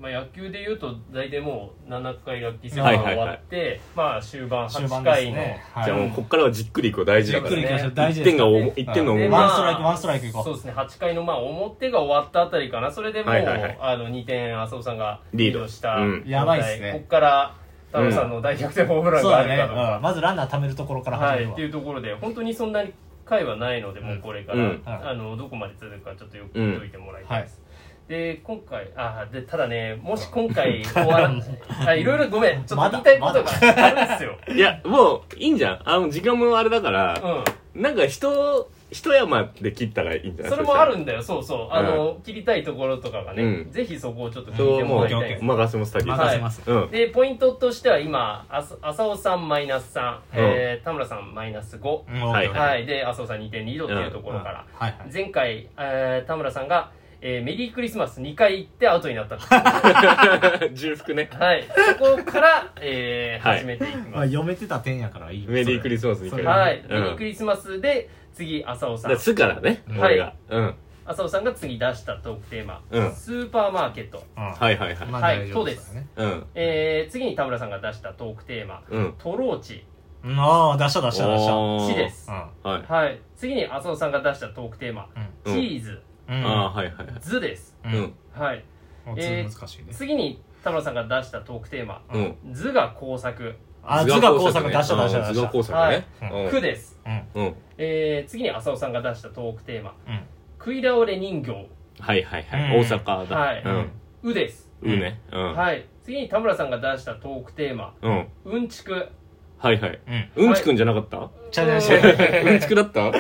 [SPEAKER 4] まあ、野球でいうと大体もう7回が犠牲が終わって、まあ終盤
[SPEAKER 3] 終
[SPEAKER 4] 8
[SPEAKER 3] 盤です
[SPEAKER 4] 回の、
[SPEAKER 3] ね、はい
[SPEAKER 1] じゃあもうこっからはじっくりいこう大事だから
[SPEAKER 4] じっくり
[SPEAKER 1] ね
[SPEAKER 4] 行きましょう
[SPEAKER 3] 大事
[SPEAKER 1] 1
[SPEAKER 3] です
[SPEAKER 1] 点が重一点の重
[SPEAKER 4] で
[SPEAKER 1] み
[SPEAKER 3] ワン
[SPEAKER 4] まあ
[SPEAKER 3] ストライクワンストライクいこう
[SPEAKER 4] そうですね8回のまあ表が終わったあたりかなそれでもう、
[SPEAKER 1] はいはいはい
[SPEAKER 4] あの2点浅尾さんが
[SPEAKER 1] リ
[SPEAKER 4] リ
[SPEAKER 1] ー
[SPEAKER 4] ー
[SPEAKER 1] ド
[SPEAKER 4] ドした
[SPEAKER 1] うん
[SPEAKER 3] やばいっすね
[SPEAKER 4] ここから田村さんの大逆転ホームラン
[SPEAKER 3] そう
[SPEAKER 4] が
[SPEAKER 3] だ
[SPEAKER 4] ある
[SPEAKER 3] ね、
[SPEAKER 4] かとか、
[SPEAKER 3] うんまずランナー貯めるところから
[SPEAKER 4] は
[SPEAKER 3] 始め
[SPEAKER 4] い
[SPEAKER 3] るわ、
[SPEAKER 4] っていうところで本当にそんなに回はないので、もうこれから、
[SPEAKER 1] うん
[SPEAKER 4] あのどこまで続くかちょっとよく見といてもらいたいです、で今回あでただねもし今回終わらん
[SPEAKER 1] [laughs]
[SPEAKER 4] あいろいろごめんちょっと言いたいことがあるんですよ、
[SPEAKER 1] いやもういいんじゃんあの時間もあれだから
[SPEAKER 4] うん
[SPEAKER 1] なんか人一山で切ったらいいんじゃない
[SPEAKER 4] それもある
[SPEAKER 1] ん
[SPEAKER 4] んだよそうそうあの、切りたいところとかがね、
[SPEAKER 1] うん
[SPEAKER 4] ぜひそこをちょっと
[SPEAKER 1] そ
[SPEAKER 4] 聞い
[SPEAKER 1] れ
[SPEAKER 4] て
[SPEAKER 1] は
[SPEAKER 4] も
[SPEAKER 1] も
[SPEAKER 4] らいたいで
[SPEAKER 1] う任せます先
[SPEAKER 4] 任せ
[SPEAKER 3] ます
[SPEAKER 4] [laughs]
[SPEAKER 1] うん
[SPEAKER 4] でポイントとしては今あさ浅尾さんマイナス3、えー田村さんマイナス5、
[SPEAKER 3] うん
[SPEAKER 1] はい
[SPEAKER 4] はい、で浅尾さん2点リードっていうところから、
[SPEAKER 3] はいはい
[SPEAKER 4] 前回、えー田村さんが、えーメリークリスマス2回行ってアウトになった
[SPEAKER 1] [laughs] 重複ね
[SPEAKER 4] はいそこから、えー
[SPEAKER 1] はい
[SPEAKER 4] 始めていきます、
[SPEAKER 3] まあ、読めてた点やからいい
[SPEAKER 1] メリークリ
[SPEAKER 3] ス
[SPEAKER 1] スマスに行くよ
[SPEAKER 4] はい、
[SPEAKER 1] うん
[SPEAKER 4] メリークリスマスで次浅尾
[SPEAKER 1] だ
[SPEAKER 4] さ
[SPEAKER 1] か
[SPEAKER 4] ん
[SPEAKER 1] らすからね
[SPEAKER 3] うん
[SPEAKER 1] 俺がうん
[SPEAKER 4] 浅尾さんが次出したトークテーマ、
[SPEAKER 1] うん
[SPEAKER 4] スーパーマーケット、
[SPEAKER 3] マス、
[SPEAKER 1] はいはいはい
[SPEAKER 3] うんまあ
[SPEAKER 4] はい
[SPEAKER 3] 大丈夫ですからね
[SPEAKER 1] うん
[SPEAKER 4] えー次に田村さんが出したトークテーマ
[SPEAKER 1] うん
[SPEAKER 4] トローチ
[SPEAKER 3] うんああ出した出した出したう
[SPEAKER 1] おー
[SPEAKER 4] 地です
[SPEAKER 3] ん
[SPEAKER 1] はい
[SPEAKER 4] はい次に浅尾さんが出したトークテーマチ
[SPEAKER 1] うん
[SPEAKER 4] ーズ、
[SPEAKER 3] うん
[SPEAKER 1] ああーはいはいはい
[SPEAKER 4] 図です
[SPEAKER 3] う
[SPEAKER 1] うん
[SPEAKER 4] はいえー
[SPEAKER 3] 図難しいね
[SPEAKER 4] 次に田村さんが出したトークテーマ
[SPEAKER 1] うん
[SPEAKER 4] 図が工作
[SPEAKER 3] あ図画工作出した出した出
[SPEAKER 1] 図
[SPEAKER 3] し
[SPEAKER 1] 画
[SPEAKER 3] た
[SPEAKER 1] 工作ね
[SPEAKER 4] 区です
[SPEAKER 3] うん
[SPEAKER 1] うん
[SPEAKER 4] えー次に浅尾さんが出したトークテーマ
[SPEAKER 3] うん
[SPEAKER 4] 食い倒れ人形。
[SPEAKER 1] はいはいはい。
[SPEAKER 3] うん
[SPEAKER 1] 大阪だ。
[SPEAKER 4] はいうん。うです。
[SPEAKER 1] うん。うね。うん。
[SPEAKER 4] はい。次に田村さんが出したトークテーマ。
[SPEAKER 1] うん。
[SPEAKER 4] うんちく。
[SPEAKER 1] はいはい。
[SPEAKER 3] うん。
[SPEAKER 1] うんちくんじゃなかった、
[SPEAKER 3] ちゃうちゃうちゃう
[SPEAKER 1] うんちくだった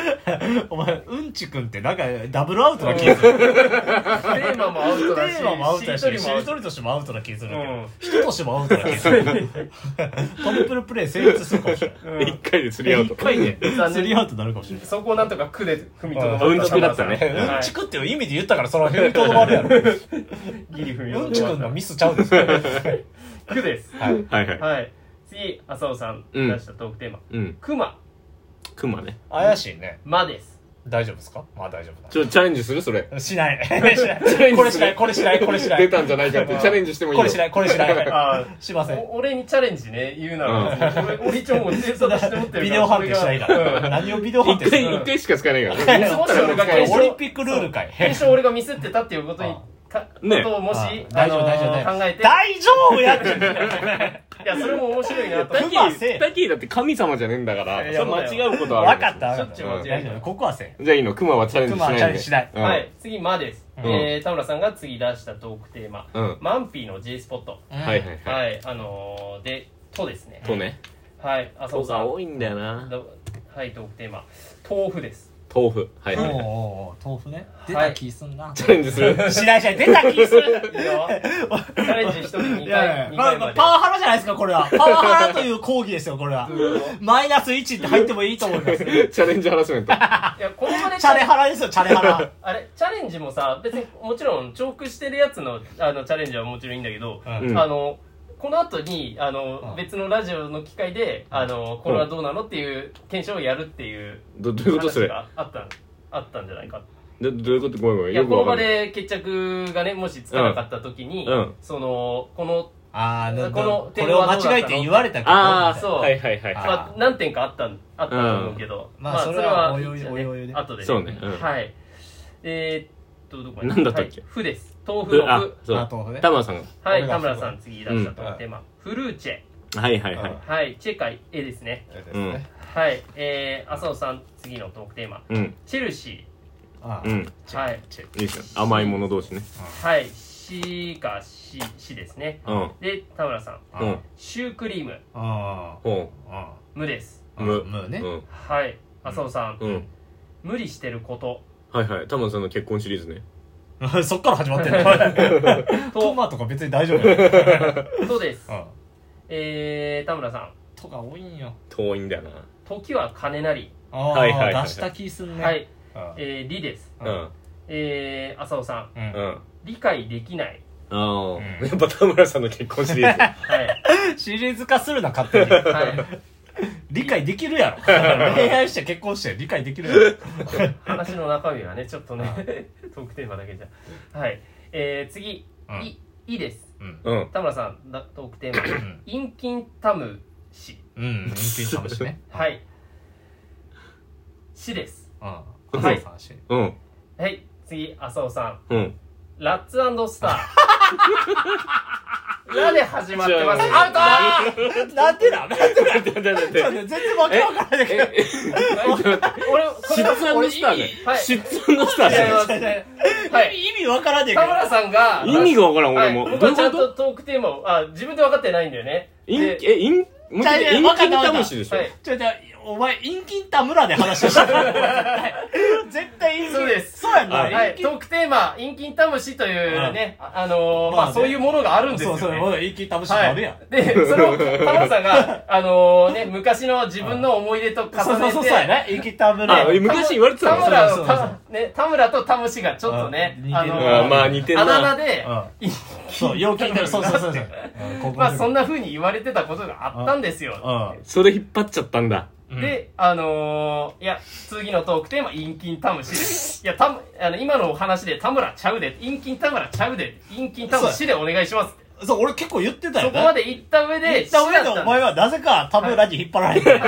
[SPEAKER 3] お前、うんちくんってなんかダブルアウトな気がする。テ [laughs]
[SPEAKER 4] テーマもアウトだし、
[SPEAKER 3] ーマもアウトだし、
[SPEAKER 4] し
[SPEAKER 3] しり
[SPEAKER 4] りとりもアウト
[SPEAKER 3] とりとしてもアウトな気がするけ
[SPEAKER 4] うん
[SPEAKER 3] ど、人としてもアウトな気がする。 [laughs] トリプルプレイ成立するかもしれない。
[SPEAKER 1] 一回で釣り合うと
[SPEAKER 3] 一。回で
[SPEAKER 4] 残念
[SPEAKER 3] スリーアウトになるかもしれない。
[SPEAKER 4] そこをなんとか区で踏みとどまった。
[SPEAKER 1] うんちくだったね
[SPEAKER 4] はい
[SPEAKER 3] うんちくっていう意味で言ったから、その辺にとどまるやろ。
[SPEAKER 4] ギリ踏みとど
[SPEAKER 3] う
[SPEAKER 4] ま
[SPEAKER 3] ん
[SPEAKER 4] った
[SPEAKER 3] ちくんのミスちゃうんですよ。
[SPEAKER 4] 区です。
[SPEAKER 3] はい。
[SPEAKER 1] はいはい。
[SPEAKER 4] はい。次、浅尾さん
[SPEAKER 1] うん
[SPEAKER 4] 出したトークテーマ。
[SPEAKER 1] うん。
[SPEAKER 4] クマ、
[SPEAKER 1] クマね。
[SPEAKER 3] [laughs] 怪しいね。
[SPEAKER 4] マです。
[SPEAKER 3] 大丈夫ですかまあ大丈夫だ。
[SPEAKER 1] ちょ、チャレンジするそれ。
[SPEAKER 3] しない。しないこれしない、これしない、これしない。
[SPEAKER 1] 出たんじゃないかって。チャレンジしてもいいよ。
[SPEAKER 3] これしない、これしない。
[SPEAKER 4] あ
[SPEAKER 3] しません。
[SPEAKER 4] お俺にチャレンジね、言うなら、俺、俺一応もうデータ出して持ってるから。
[SPEAKER 3] ビデオ判定しないか
[SPEAKER 4] 俺が
[SPEAKER 3] ら。何をビデオ判定
[SPEAKER 1] 一
[SPEAKER 3] す
[SPEAKER 1] 回、
[SPEAKER 3] る
[SPEAKER 1] 一回しか使えないから。
[SPEAKER 4] うんもし俺が
[SPEAKER 1] 使え
[SPEAKER 4] 検
[SPEAKER 1] ない
[SPEAKER 3] オリン
[SPEAKER 4] 証、
[SPEAKER 3] ピックルールかい。
[SPEAKER 4] 検証俺がミスってたっていうことに
[SPEAKER 3] あ、
[SPEAKER 4] か、
[SPEAKER 1] ね
[SPEAKER 4] ことをもし、
[SPEAKER 3] あ大丈夫、
[SPEAKER 4] あのー
[SPEAKER 3] 大丈夫、大丈夫。
[SPEAKER 4] 考えて。
[SPEAKER 3] 大丈夫やって。
[SPEAKER 4] いや、それも面白いなと
[SPEAKER 1] タッ
[SPEAKER 4] 思っ
[SPEAKER 1] キ
[SPEAKER 3] ク
[SPEAKER 4] て。
[SPEAKER 3] マせ
[SPEAKER 1] ー、タッキーだって神様じゃねえんだから、
[SPEAKER 4] い
[SPEAKER 1] そ
[SPEAKER 4] や
[SPEAKER 1] れ間違うことはあ
[SPEAKER 3] わ
[SPEAKER 1] る。
[SPEAKER 3] かった、わ
[SPEAKER 4] しょ
[SPEAKER 3] か
[SPEAKER 4] っ
[SPEAKER 3] っ
[SPEAKER 4] ち
[SPEAKER 3] た。
[SPEAKER 4] ゅう間違え
[SPEAKER 3] 大
[SPEAKER 4] てる
[SPEAKER 3] 丈夫、ここはせん。
[SPEAKER 1] じゃあいいの、クマはチャレンジしないんで。
[SPEAKER 3] クマはチャレンジしない
[SPEAKER 1] うん
[SPEAKER 4] はい、次、マです。
[SPEAKER 3] うん
[SPEAKER 4] えー、田村さんが次出したトークテーマ。
[SPEAKER 1] うん。
[SPEAKER 4] マンピーの G スポット。
[SPEAKER 1] はいはいはい。
[SPEAKER 4] はい、あのー、で、とですね。
[SPEAKER 1] とね。
[SPEAKER 4] はい、あそ
[SPEAKER 1] と
[SPEAKER 4] うさ
[SPEAKER 1] が
[SPEAKER 4] ん。
[SPEAKER 1] 多いんだよな。
[SPEAKER 4] どはい、トークテーマ。豆腐です。
[SPEAKER 1] 豆腐。はい
[SPEAKER 3] お
[SPEAKER 1] は
[SPEAKER 3] ー
[SPEAKER 1] いはい。
[SPEAKER 3] おー豆腐ね。出
[SPEAKER 4] は
[SPEAKER 3] た
[SPEAKER 4] い
[SPEAKER 3] 気すんな。
[SPEAKER 1] チャレンジす [laughs] る。
[SPEAKER 3] しないしない、出た気する。
[SPEAKER 4] いいよ。チャレンジ一人
[SPEAKER 3] い
[SPEAKER 4] 2
[SPEAKER 3] や
[SPEAKER 4] 回、
[SPEAKER 3] いや
[SPEAKER 4] 二
[SPEAKER 3] まあ
[SPEAKER 4] 回
[SPEAKER 3] ま
[SPEAKER 4] ま
[SPEAKER 3] あ
[SPEAKER 4] で。
[SPEAKER 3] パワハラじゃないですか、これ [laughs] は。パワハラという抗議ですよ、これは。マイナス1って入ってもいいと思います。チ
[SPEAKER 1] チャレンジハラスメント。
[SPEAKER 4] いや、この場で
[SPEAKER 3] ャレハラですよ、チャレハラ。
[SPEAKER 4] あれ、チャレンジもさ、別にもちろん重複してるやつのあのチャレンジはもちろんいいんだけど、
[SPEAKER 1] うん
[SPEAKER 4] あの、この後に、あの
[SPEAKER 3] う、ん
[SPEAKER 4] 別のラジオの機会で、あの、これはどうなのっていう検証をやるっていう
[SPEAKER 1] どどういうことそ
[SPEAKER 4] 話
[SPEAKER 1] れ
[SPEAKER 4] があったん、あったんじゃないか。
[SPEAKER 1] どどういうことごめんごめん。
[SPEAKER 4] いや、
[SPEAKER 1] よく
[SPEAKER 4] この
[SPEAKER 1] わか
[SPEAKER 4] 場
[SPEAKER 1] んない。
[SPEAKER 4] で決着がね、もしつかなかった時に、
[SPEAKER 1] うん
[SPEAKER 4] その、この、
[SPEAKER 3] あー、な
[SPEAKER 4] この
[SPEAKER 3] これを間違えて言われたけど。
[SPEAKER 1] ああ、
[SPEAKER 4] そう
[SPEAKER 1] はいはいはいは
[SPEAKER 4] まあ、何点かあったん、あったと思うけど、
[SPEAKER 3] うんまあそれはおいおい
[SPEAKER 4] じゃあ
[SPEAKER 3] おいおいおいで
[SPEAKER 4] 後で、
[SPEAKER 1] そうねうん
[SPEAKER 4] はい。えー、っと、どこ
[SPEAKER 1] なんだったっけ
[SPEAKER 4] はいふです。豆
[SPEAKER 1] い。
[SPEAKER 4] 腐の
[SPEAKER 1] あ
[SPEAKER 4] ふ。、
[SPEAKER 1] そ
[SPEAKER 3] あ豆腐
[SPEAKER 1] う
[SPEAKER 3] ね。
[SPEAKER 1] 田村さん
[SPEAKER 4] はい、
[SPEAKER 3] 俺
[SPEAKER 4] 田
[SPEAKER 3] が
[SPEAKER 4] 村さん次出したと
[SPEAKER 3] うん
[SPEAKER 4] テーマ、フルーチェ。
[SPEAKER 1] が。はいはいは
[SPEAKER 3] う
[SPEAKER 1] い
[SPEAKER 3] ん。
[SPEAKER 4] はい、チェか絵ですね。
[SPEAKER 1] うん。
[SPEAKER 4] はい、えー、浅尾さん次のトークテーマ、
[SPEAKER 1] うん。
[SPEAKER 4] チェルシ
[SPEAKER 3] あ
[SPEAKER 1] う
[SPEAKER 3] ー
[SPEAKER 1] ん。
[SPEAKER 4] ー。はい、
[SPEAKER 1] いいっすよ。甘いもの同士ね。
[SPEAKER 4] はい、しかし、しですね。
[SPEAKER 1] うん。
[SPEAKER 4] で、田村さん、
[SPEAKER 1] うん。
[SPEAKER 4] シュークリーム、
[SPEAKER 3] あ
[SPEAKER 1] ほ
[SPEAKER 3] あ。
[SPEAKER 4] 無です。
[SPEAKER 1] う。
[SPEAKER 3] む。むね
[SPEAKER 1] う。ん。
[SPEAKER 4] はい、浅尾さん、
[SPEAKER 1] うん。
[SPEAKER 4] 無理してること。
[SPEAKER 1] はいはい。田村さんの結婚シリーズね。
[SPEAKER 3] [laughs] そっから始まってん [laughs] のトマとか別に大丈夫やね
[SPEAKER 4] とです
[SPEAKER 3] う。ん
[SPEAKER 4] えー、田村さん、
[SPEAKER 3] とか多いんよ
[SPEAKER 1] 遠いんだよな。
[SPEAKER 4] 時は金なり。
[SPEAKER 3] あ
[SPEAKER 1] はいはいはいは
[SPEAKER 3] あ
[SPEAKER 1] い
[SPEAKER 3] 出した気すんね
[SPEAKER 4] はい、
[SPEAKER 3] うん
[SPEAKER 4] えー、理です。
[SPEAKER 1] う
[SPEAKER 3] うん
[SPEAKER 1] ん。
[SPEAKER 4] えー、浅尾さん、
[SPEAKER 3] うん
[SPEAKER 1] うん。
[SPEAKER 4] 理解できない。
[SPEAKER 1] あ
[SPEAKER 3] う
[SPEAKER 1] あ。
[SPEAKER 3] ん
[SPEAKER 1] やっぱ田村さんの結婚シリーズ。
[SPEAKER 4] [laughs] はい、
[SPEAKER 3] シリーズ化するな勝手に
[SPEAKER 4] はい、
[SPEAKER 3] 理解できるやろ恋愛して結婚して理解できるやろ
[SPEAKER 4] 話の中身はね、ちょっとね、 [laughs] トークテーマだけじゃ。はい、えー、次、
[SPEAKER 3] うん
[SPEAKER 4] い、いです。
[SPEAKER 3] うん
[SPEAKER 1] うん。
[SPEAKER 4] 田村さん、だトークテーマ、
[SPEAKER 3] ん
[SPEAKER 4] 陰金タム氏。
[SPEAKER 3] うん人気かもしれね
[SPEAKER 4] はい。氏です。
[SPEAKER 3] うん
[SPEAKER 1] うん
[SPEAKER 3] はいさんし
[SPEAKER 1] うん。
[SPEAKER 4] はい、次、浅尾さん、
[SPEAKER 1] うん。
[SPEAKER 4] ラッツス
[SPEAKER 1] [laughs]
[SPEAKER 4] ター。ラで始まってます。
[SPEAKER 1] じゃ
[SPEAKER 4] アウト
[SPEAKER 3] なんでだなんでだ
[SPEAKER 1] だだだだ
[SPEAKER 3] 全然わけわからないけど
[SPEAKER 1] え、 [laughs]
[SPEAKER 4] 俺、
[SPEAKER 1] シッツアンドスターね。
[SPEAKER 4] はい。
[SPEAKER 1] シッツアンドスター
[SPEAKER 4] 違い
[SPEAKER 1] ね
[SPEAKER 3] 違
[SPEAKER 4] ま。
[SPEAKER 3] う違う
[SPEAKER 4] す。はい。
[SPEAKER 3] 意味わからねえけど
[SPEAKER 4] 田村さんが、
[SPEAKER 1] 意味がわからん、俺も。
[SPEAKER 4] はい、
[SPEAKER 1] ど
[SPEAKER 4] 僕
[SPEAKER 1] うい
[SPEAKER 4] は
[SPEAKER 1] う
[SPEAKER 4] ちゃん
[SPEAKER 1] こと
[SPEAKER 4] とトークテーマを、あ、自分で分かってないんだよね。
[SPEAKER 1] イン、
[SPEAKER 4] で
[SPEAKER 1] え、イン、もう一回、
[SPEAKER 3] 違う違
[SPEAKER 1] イ
[SPEAKER 3] う
[SPEAKER 1] ン
[SPEAKER 3] わか
[SPEAKER 1] キ
[SPEAKER 3] っ
[SPEAKER 1] ン
[SPEAKER 3] たわか
[SPEAKER 1] タ
[SPEAKER 3] った
[SPEAKER 1] ムシでしょ
[SPEAKER 4] は。い。
[SPEAKER 3] ちょ、ちょ、お前、陰金田村で話してた。絶対陰金。
[SPEAKER 4] そうです
[SPEAKER 3] そうやんな。
[SPEAKER 1] は
[SPEAKER 4] はい、
[SPEAKER 3] 陰
[SPEAKER 4] ト
[SPEAKER 3] 金
[SPEAKER 4] ークテーマ、陰金タムシというね、ああのー
[SPEAKER 3] まあ
[SPEAKER 4] まあ、そういうものがあるんですよ、ね。
[SPEAKER 3] そうそう、陰金田村
[SPEAKER 4] は
[SPEAKER 3] あ
[SPEAKER 4] い
[SPEAKER 3] るやん。。
[SPEAKER 4] で、それを、田村さん
[SPEAKER 3] [laughs]
[SPEAKER 4] が、あのーね、昔の自分の思い出と重ねて、
[SPEAKER 3] そうそうそう、そうやね。陰金田村。
[SPEAKER 1] あ、昔言われてた
[SPEAKER 4] 田
[SPEAKER 1] の
[SPEAKER 4] 村
[SPEAKER 3] そ
[SPEAKER 4] の
[SPEAKER 3] うそうそう
[SPEAKER 4] た、ね、田村とタムシがちょっとね、
[SPEAKER 3] あ似てる
[SPEAKER 4] の
[SPEAKER 1] あまあ似てんな
[SPEAKER 4] あだ名で、
[SPEAKER 3] うんそう、陽気になる。そうそうそうそう。うん
[SPEAKER 4] まあそん
[SPEAKER 3] な。
[SPEAKER 4] な風に言われてたことがあったんです
[SPEAKER 3] う
[SPEAKER 4] よ。
[SPEAKER 3] ん。
[SPEAKER 1] それ引っ張っちゃったんだ。
[SPEAKER 3] うん
[SPEAKER 4] で、あのーいや、次のトークテーマ、陰金タムシです。いや、タム、あの、今のお話で、田村ちゃうで、陰金田村ちゃうで、陰金タムシでお願いします。
[SPEAKER 3] そう、俺結構言ってた
[SPEAKER 4] そ
[SPEAKER 3] よ
[SPEAKER 4] こま
[SPEAKER 3] ね。
[SPEAKER 4] で言った上で、
[SPEAKER 3] 言った上で
[SPEAKER 4] 死だったん
[SPEAKER 3] お
[SPEAKER 4] す
[SPEAKER 3] 前はなぜ
[SPEAKER 4] [laughs]
[SPEAKER 3] か田村に引っ張られてる。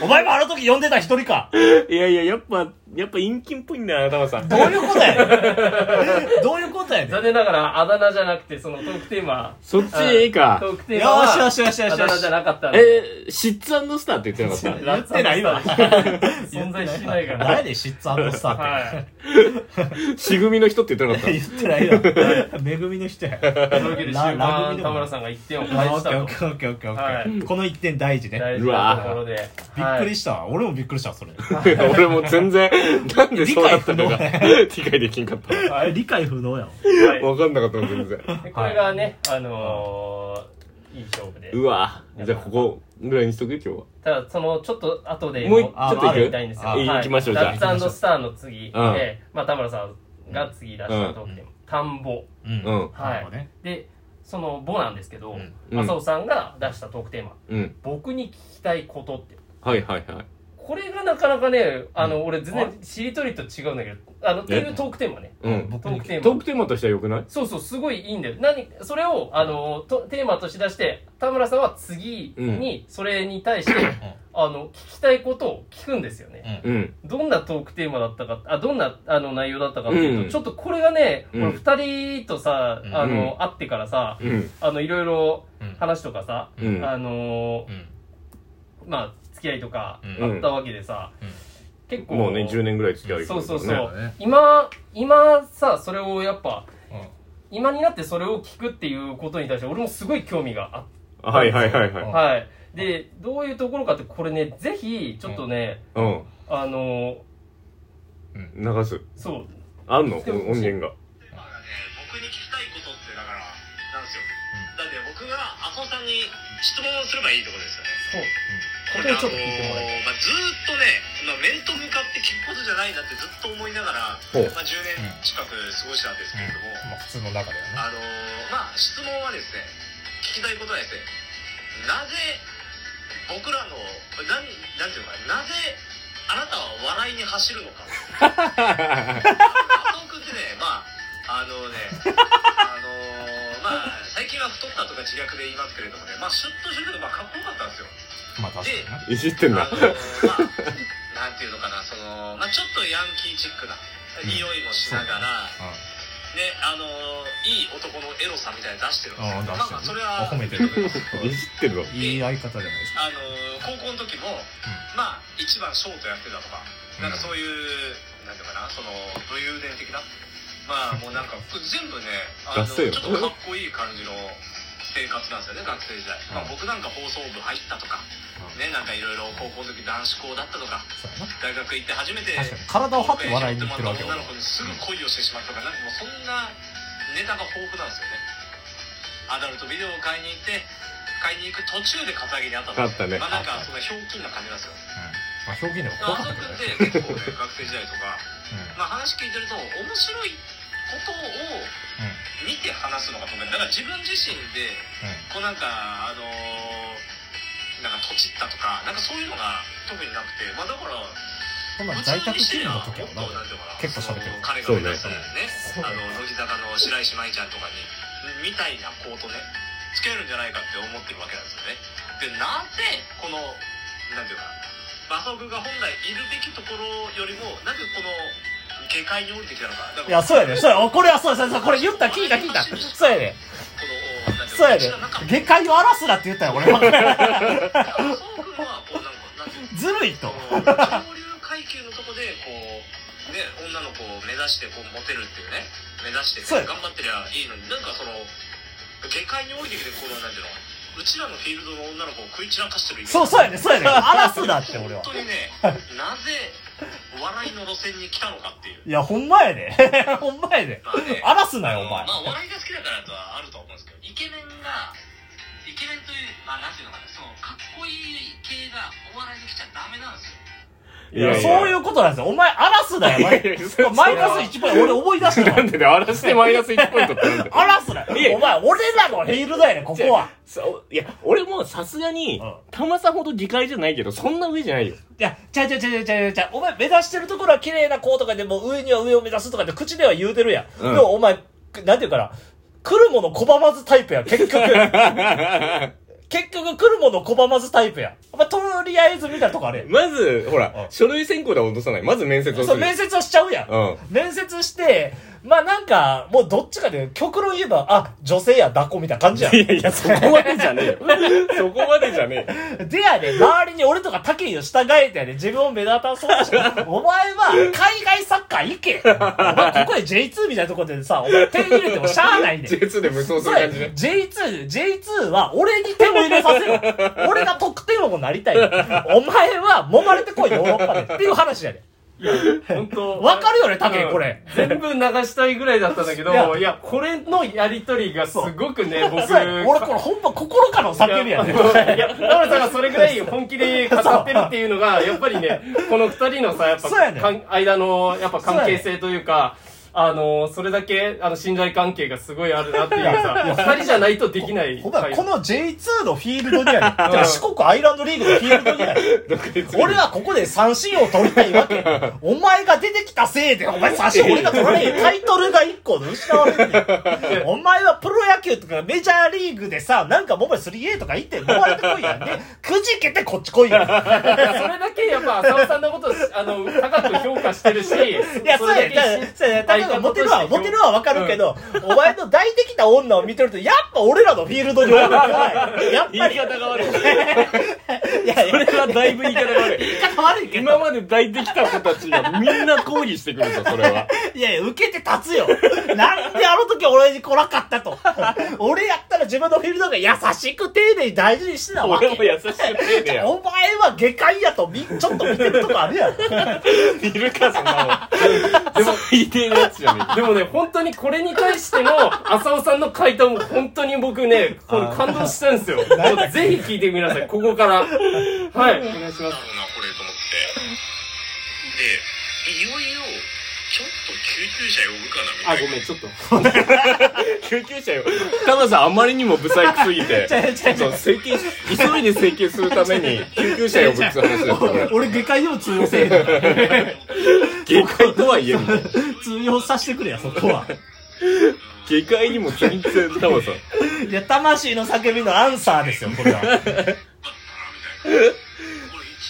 [SPEAKER 3] お前もあの時呼んでた一人か。
[SPEAKER 1] いやいや、やっぱ、やっぱ陰菌っぽいんだよなタマさん
[SPEAKER 3] どういうことやね
[SPEAKER 4] [laughs]
[SPEAKER 3] んどういうことやねん
[SPEAKER 4] 残念ながらあだ名じゃなくてそのトークテーマ
[SPEAKER 1] [laughs] そっちいいか
[SPEAKER 4] トークテーマ
[SPEAKER 3] よしよ
[SPEAKER 4] は
[SPEAKER 3] しよしよし
[SPEAKER 4] あだ
[SPEAKER 3] よ
[SPEAKER 4] 名
[SPEAKER 3] し
[SPEAKER 4] じゃなかったんで
[SPEAKER 1] えシッツスターって言ってなかった
[SPEAKER 3] 言ってないわ
[SPEAKER 4] 存在しないから
[SPEAKER 3] 誰でシッツスターって、
[SPEAKER 4] はい
[SPEAKER 1] [laughs] し組の人って言ってなかっ
[SPEAKER 3] 言ってない
[SPEAKER 4] [laughs]
[SPEAKER 3] わ恵みの人や
[SPEAKER 4] というわけで終
[SPEAKER 3] ララグビー
[SPEAKER 4] 盤
[SPEAKER 3] でも
[SPEAKER 4] 田村さんが1点を
[SPEAKER 3] あ
[SPEAKER 4] 返
[SPEAKER 3] オ
[SPEAKER 4] し
[SPEAKER 3] ッケ
[SPEAKER 4] た
[SPEAKER 3] ー
[SPEAKER 4] と
[SPEAKER 3] オッケーオッケーオッケーオッケー、
[SPEAKER 4] はい
[SPEAKER 3] この1点大事ね、
[SPEAKER 4] 大事なところで
[SPEAKER 3] びっくりしたわ、俺もびっくりしたわそれ
[SPEAKER 1] た俺も全 [laughs] 然なんでそうだったのか
[SPEAKER 3] 理
[SPEAKER 1] [laughs] 理解できんかった
[SPEAKER 4] はいはい
[SPEAKER 3] 理解不能やわ
[SPEAKER 4] はい
[SPEAKER 1] わかんなかったの全然
[SPEAKER 4] でこれがねあのーいい勝負で
[SPEAKER 1] うわじゃあここぐらいにしとく今
[SPEAKER 4] ただそのちょっと後で
[SPEAKER 1] もう
[SPEAKER 4] ちょ
[SPEAKER 1] ち
[SPEAKER 3] ょっ
[SPEAKER 4] っ
[SPEAKER 3] と
[SPEAKER 4] と
[SPEAKER 3] 行く
[SPEAKER 4] やりたいんですよ
[SPEAKER 3] あ
[SPEAKER 4] はい
[SPEAKER 1] 行きましょうじゃあ
[SPEAKER 4] ラッツスターの次
[SPEAKER 1] うん
[SPEAKER 4] でまあ田村さんが次出したトークテーマ田んぼ
[SPEAKER 3] うん
[SPEAKER 1] 日はうん
[SPEAKER 4] は
[SPEAKER 3] なるほどね
[SPEAKER 4] いでその「ぼ」なんですけど
[SPEAKER 3] うん
[SPEAKER 1] うん
[SPEAKER 4] 麻生さんが出したトークテーマ
[SPEAKER 1] うん
[SPEAKER 4] 「僕に聞きたいこと」って
[SPEAKER 1] はいはいはい
[SPEAKER 4] これがなかなかねあの俺全然しりとりと違うんだけどあのっていうトークテーマね
[SPEAKER 1] うん
[SPEAKER 4] トークテー
[SPEAKER 1] ト
[SPEAKER 4] マ
[SPEAKER 1] ークテーマとしては良くない
[SPEAKER 4] そうそうすごいいいんだよ何それをあのとテーマとして出して田村さんは次にそれに対して、あの聞きたいことを聞くんですよね、
[SPEAKER 1] うん
[SPEAKER 4] どんなトークテーマだったかあどんなあの内容だったかっていうと、
[SPEAKER 1] うん
[SPEAKER 4] ちょっとこれがね、
[SPEAKER 1] うん
[SPEAKER 4] 俺2人とさ
[SPEAKER 3] うん
[SPEAKER 4] あの、会ってからさ
[SPEAKER 1] うん
[SPEAKER 4] あのいろいろ
[SPEAKER 3] うん
[SPEAKER 4] 話とかさ、
[SPEAKER 1] うん
[SPEAKER 4] あの
[SPEAKER 3] うん
[SPEAKER 4] まあ付き合いとか
[SPEAKER 3] うん
[SPEAKER 4] あったわけでさ、
[SPEAKER 3] うん
[SPEAKER 4] 結構
[SPEAKER 1] もうね10年ぐらい付き合い
[SPEAKER 4] そうそうそう、
[SPEAKER 1] ね
[SPEAKER 3] ね
[SPEAKER 4] 今今さそれをやっぱ
[SPEAKER 3] うん
[SPEAKER 4] 今になってそれを聞くっていうことに対して俺もすごい興味があっ
[SPEAKER 1] はいはいはいはい
[SPEAKER 3] う
[SPEAKER 4] て、
[SPEAKER 3] ん
[SPEAKER 4] はい、でどういうところかってこれねぜひちょっとね、
[SPEAKER 1] うん
[SPEAKER 4] あのー
[SPEAKER 1] 流す
[SPEAKER 4] そう
[SPEAKER 1] あんの音源 [laughs] が
[SPEAKER 2] テーマがね、僕に聞きたいことってだから、なんですよ。だって僕が麻生さんに質問をすればいいってことですよね。
[SPEAKER 4] そう
[SPEAKER 2] こ
[SPEAKER 4] こ
[SPEAKER 2] れ
[SPEAKER 4] れ
[SPEAKER 2] あの
[SPEAKER 4] をちょっと聞いてもらいたい
[SPEAKER 2] まあ、ずーっとね、まあ、面と向かって聞くことじゃないなってずっと思いながら、
[SPEAKER 1] ほう
[SPEAKER 2] まあ、10年近く過ごしたんですけれども、
[SPEAKER 3] まあ普通の中ではね
[SPEAKER 2] あのーまあ質問はですね聞きたいことはですねなぜ僕らのなんなんていうのかななぜあなたは笑いに走るのか松尾君ってね [laughs] まああのねあのーまあ最近は太ったとか自虐で言いますけれどもねまあシュッとしてるけどまあかっこよかったんですよ
[SPEAKER 3] まあ確かにない
[SPEAKER 1] じってんだ
[SPEAKER 2] あのーまあなんていうのかなその、まあ、ちょっとヤンキーチックな匂いもしながら、ね、あのーいい男のエロさみたいなの出してるん
[SPEAKER 3] うん、うん、出して
[SPEAKER 2] ですよ。まあまあ、そ
[SPEAKER 3] る
[SPEAKER 2] れは、あ
[SPEAKER 3] 褒
[SPEAKER 2] の
[SPEAKER 3] め
[SPEAKER 2] [laughs]
[SPEAKER 4] [laughs]
[SPEAKER 3] てる
[SPEAKER 1] いじってるわ
[SPEAKER 3] いい相方じゃないですか
[SPEAKER 2] ー高校の時も、まあ、一番ショートやってたとか、なんかそういう、なんていうかな、その、武勇伝的な。まあ、もうなんか、全部ね、あの、
[SPEAKER 1] ダ
[SPEAKER 2] ち
[SPEAKER 1] セ
[SPEAKER 2] ょ
[SPEAKER 1] え
[SPEAKER 2] っ
[SPEAKER 1] よ
[SPEAKER 2] とかっこいい感じの生活なんですよね、学生時代。まあ、僕なんか放送部入ったとか、ね、なんかいろいろ高校の時男子校だったとか、
[SPEAKER 3] そうやな
[SPEAKER 2] 大学行って初めて、
[SPEAKER 3] 確かに体を張って笑いに行ってるわけよ
[SPEAKER 2] 女の子にすぐ恋をしてしまったとか、なんかもうそんなネタが豊富なんですよね。アダルトビデオを買いに行って、買いに行く途中で片桐にあった
[SPEAKER 1] あったね
[SPEAKER 2] まあなんかそんなひょうきんな感じなんですよ。
[SPEAKER 3] まあ表現でも怖
[SPEAKER 2] あ
[SPEAKER 3] かっ
[SPEAKER 2] そ
[SPEAKER 3] た
[SPEAKER 2] こ
[SPEAKER 3] けどね
[SPEAKER 2] って結構ね、学生時代とか、
[SPEAKER 3] [laughs]
[SPEAKER 2] まあ話聞いてると面白いことを見て話すのが得意。だから自分自身で、こうなんか、あのーなんかとちったとか、なんかそういうのが特になくて、まあだから、
[SPEAKER 3] うんうん、そんな在宅勤務の時はな結構喋ってる
[SPEAKER 2] 彼が
[SPEAKER 1] そうね
[SPEAKER 2] 目指すねあの乃木坂の白石舞ちゃんとかにみたいな子とねつけるんじゃないかって思ってるわけなんですよねでなぜこのなんていうか馬足が本来いるべきところよりもなぜこの下界に降りてきたのかだ
[SPEAKER 3] い
[SPEAKER 2] から
[SPEAKER 3] やそうやねそうやおこれはそうやそうやこれ言った聞いた聞いたそうやね
[SPEAKER 2] このなんていう
[SPEAKER 3] そうやね
[SPEAKER 2] か
[SPEAKER 3] 下界を荒らすなって言ったよ俺
[SPEAKER 2] 麻生君はこうなんかなんていうの
[SPEAKER 3] ずるいと
[SPEAKER 2] 上流階級のとこでこう、ね、女の子を目指してこうモテるっていうね目指して、
[SPEAKER 3] そう
[SPEAKER 2] ね、
[SPEAKER 3] や
[SPEAKER 2] 頑張ってりゃいいのになんかその下界に降りてきてこのなんていうのうちらのフィールドの女の子を食い散らかしてるイメージ
[SPEAKER 3] そうそうやねそうやね荒らすなって俺は
[SPEAKER 2] 本当にねなぜ笑いの路線に来たのかっていう
[SPEAKER 3] いやほんまやねほんまやね
[SPEAKER 2] まあね
[SPEAKER 3] 荒らすなよお前
[SPEAKER 2] まあお笑いが好きだからとはあると思うんですけどイケメンがイケメンというまあなんていうのかなそのかっこいい系がお笑いに来ちゃダメなんですよ
[SPEAKER 3] いやそういうことなんですよお前荒らすなよお前
[SPEAKER 1] いやいやそれ
[SPEAKER 3] マイナス1ポイント俺思い出した
[SPEAKER 1] な
[SPEAKER 3] わ
[SPEAKER 1] んでね荒らしてマイナス1ポイントってなんだよ
[SPEAKER 3] 荒らすなよお前俺らのヘイルだよねここは
[SPEAKER 1] [laughs] そういや俺もさすがに
[SPEAKER 3] うん
[SPEAKER 1] たまさんほど議会じゃないけどそんな上じゃないよ
[SPEAKER 3] いや、ちゃうちゃうちゃうちゃうちゃうお前目指してるところは綺麗な子とかでも上には上を目指すとかって口では言うてるやん。
[SPEAKER 1] うん
[SPEAKER 3] で [laughs] もお前、なんていうかな、来るもの拒まずタイプやん、結局。結局来るもの拒まずタイプや。まあ、とりあえずみたいなとこあるやん。
[SPEAKER 1] まず、ほら
[SPEAKER 3] う、ん
[SPEAKER 1] 書類選考では落とさない。まず面接をする。
[SPEAKER 3] そう、面接をしちゃうやん。
[SPEAKER 1] うん
[SPEAKER 3] 面接して、まあなんか、もうどっちかで、極論言えば、あ、女性や、抱っこみたいな感じやん。
[SPEAKER 1] いやいや、そこまでじゃねえ [laughs] よ。そこまでじゃねえよ。
[SPEAKER 3] [laughs] でやで、周りに俺とか他県を従えてやで、自分を目立たそうと
[SPEAKER 4] [laughs]
[SPEAKER 3] して、お前は海外サッカー行けお前ここで J2 みたいなとこでさ、お前手入れてもしゃあ
[SPEAKER 4] [laughs]
[SPEAKER 3] ないねん。
[SPEAKER 1] J2 で無双す
[SPEAKER 3] そ
[SPEAKER 1] る
[SPEAKER 3] うや
[SPEAKER 1] 感じね。
[SPEAKER 3] J2、J2 は俺に手を入れさせろ。
[SPEAKER 4] [laughs]
[SPEAKER 3] 俺が得点王になりたい。お前は揉まれてこい、ヨーロッパで。っていう話やで。
[SPEAKER 4] 本当
[SPEAKER 3] わかるよね、タケこれ。
[SPEAKER 4] 全部流したいぐらいだったんだけど
[SPEAKER 3] い
[SPEAKER 4] い
[SPEAKER 3] や
[SPEAKER 4] やこれのやりとりがすごくね
[SPEAKER 3] [laughs]
[SPEAKER 4] 僕
[SPEAKER 3] そうや俺これほんま心からの叫びやね。
[SPEAKER 4] いや、田村さんがそれぐらい本気で語ってるっていう
[SPEAKER 3] [laughs]
[SPEAKER 4] のが、やっぱりね、この二人のさ、やっぱ、
[SPEAKER 3] そうやねん
[SPEAKER 4] かん間の、やっぱ関係性というか、あの、それだけ、あの、信頼関係がすごいあるなっていうさ、二人じゃないとできない。
[SPEAKER 3] ほんまや
[SPEAKER 4] 会話
[SPEAKER 3] この J2 のフィールドにある。だから四国アイランドリーグのフィールドにある。
[SPEAKER 1] [laughs]
[SPEAKER 3] [laughs] 俺はここで三振を取りたいわけ。お前が出てきたせいで、お前三振俺が取られへん。タイトルが一個で失われるんだよ。お前はプロ野球とかメジャーリーグでさ、なんかもめ 3A とか行って、もまれてこいやん。で、くじけてこっち来いや
[SPEAKER 4] いやそれだけやっぱ、浅尾さんのこと、あの、高く評価してるし、
[SPEAKER 3] ん。いや、そうや、
[SPEAKER 4] れ
[SPEAKER 3] だから
[SPEAKER 4] だけ
[SPEAKER 3] そうや、だから、モテるは、モテるはわかるけ
[SPEAKER 4] ど。
[SPEAKER 3] ど、お前の抱いてきた女を見てると、やっぱ俺らのフィールドにおる [laughs] ない。やっぱり。
[SPEAKER 1] 方が悪い。
[SPEAKER 3] いやい
[SPEAKER 1] そ
[SPEAKER 3] や
[SPEAKER 1] れはだいぶ言い方が悪い。
[SPEAKER 3] 言い方悪いけど。
[SPEAKER 1] 今まで抱いてきた子たちがみんな抗議してくるぞ、それは。
[SPEAKER 3] いやいや、受けて立つよ。なんであの時俺に来なかったと。俺やったら自分のフィールドが優しく丁寧に大事にしてたわけ。
[SPEAKER 1] [laughs] 俺も優しくてねや。
[SPEAKER 3] お前は下界やとみ、ちょっと見てるとこあるやろ。
[SPEAKER 1] [laughs] いるか、そんなの。 [laughs] でも、最低なやつじゃね
[SPEAKER 4] でもね、本当にこれに対しての、浅尾さんの回答も本当に僕ね、これ感動したんですよ。 [laughs] もうぜひ聞いてみなさい、ここから。はい、お願いします。
[SPEAKER 2] なんだろうな、これと思って。で、いよいよ、ちょっと救急車呼ぶかな、みた
[SPEAKER 4] あ、
[SPEAKER 2] いな。
[SPEAKER 4] ごめん、ちょっ
[SPEAKER 1] え。救
[SPEAKER 4] と。
[SPEAKER 1] 急車よ。田村さん、あまりにも不細工すぎて。 [laughs] そう、請求、急いで請求するために、救急車呼ぶって話だったから。
[SPEAKER 3] 俺下界でも通用せえへんから。
[SPEAKER 1] [laughs] 下界とはいえ、みたいな。
[SPEAKER 3] 通用させてくれや、そこは。
[SPEAKER 1] 下界にも全然、田村さん。
[SPEAKER 3] いや、魂の叫びのアンサーですよ、これは。
[SPEAKER 2] これ一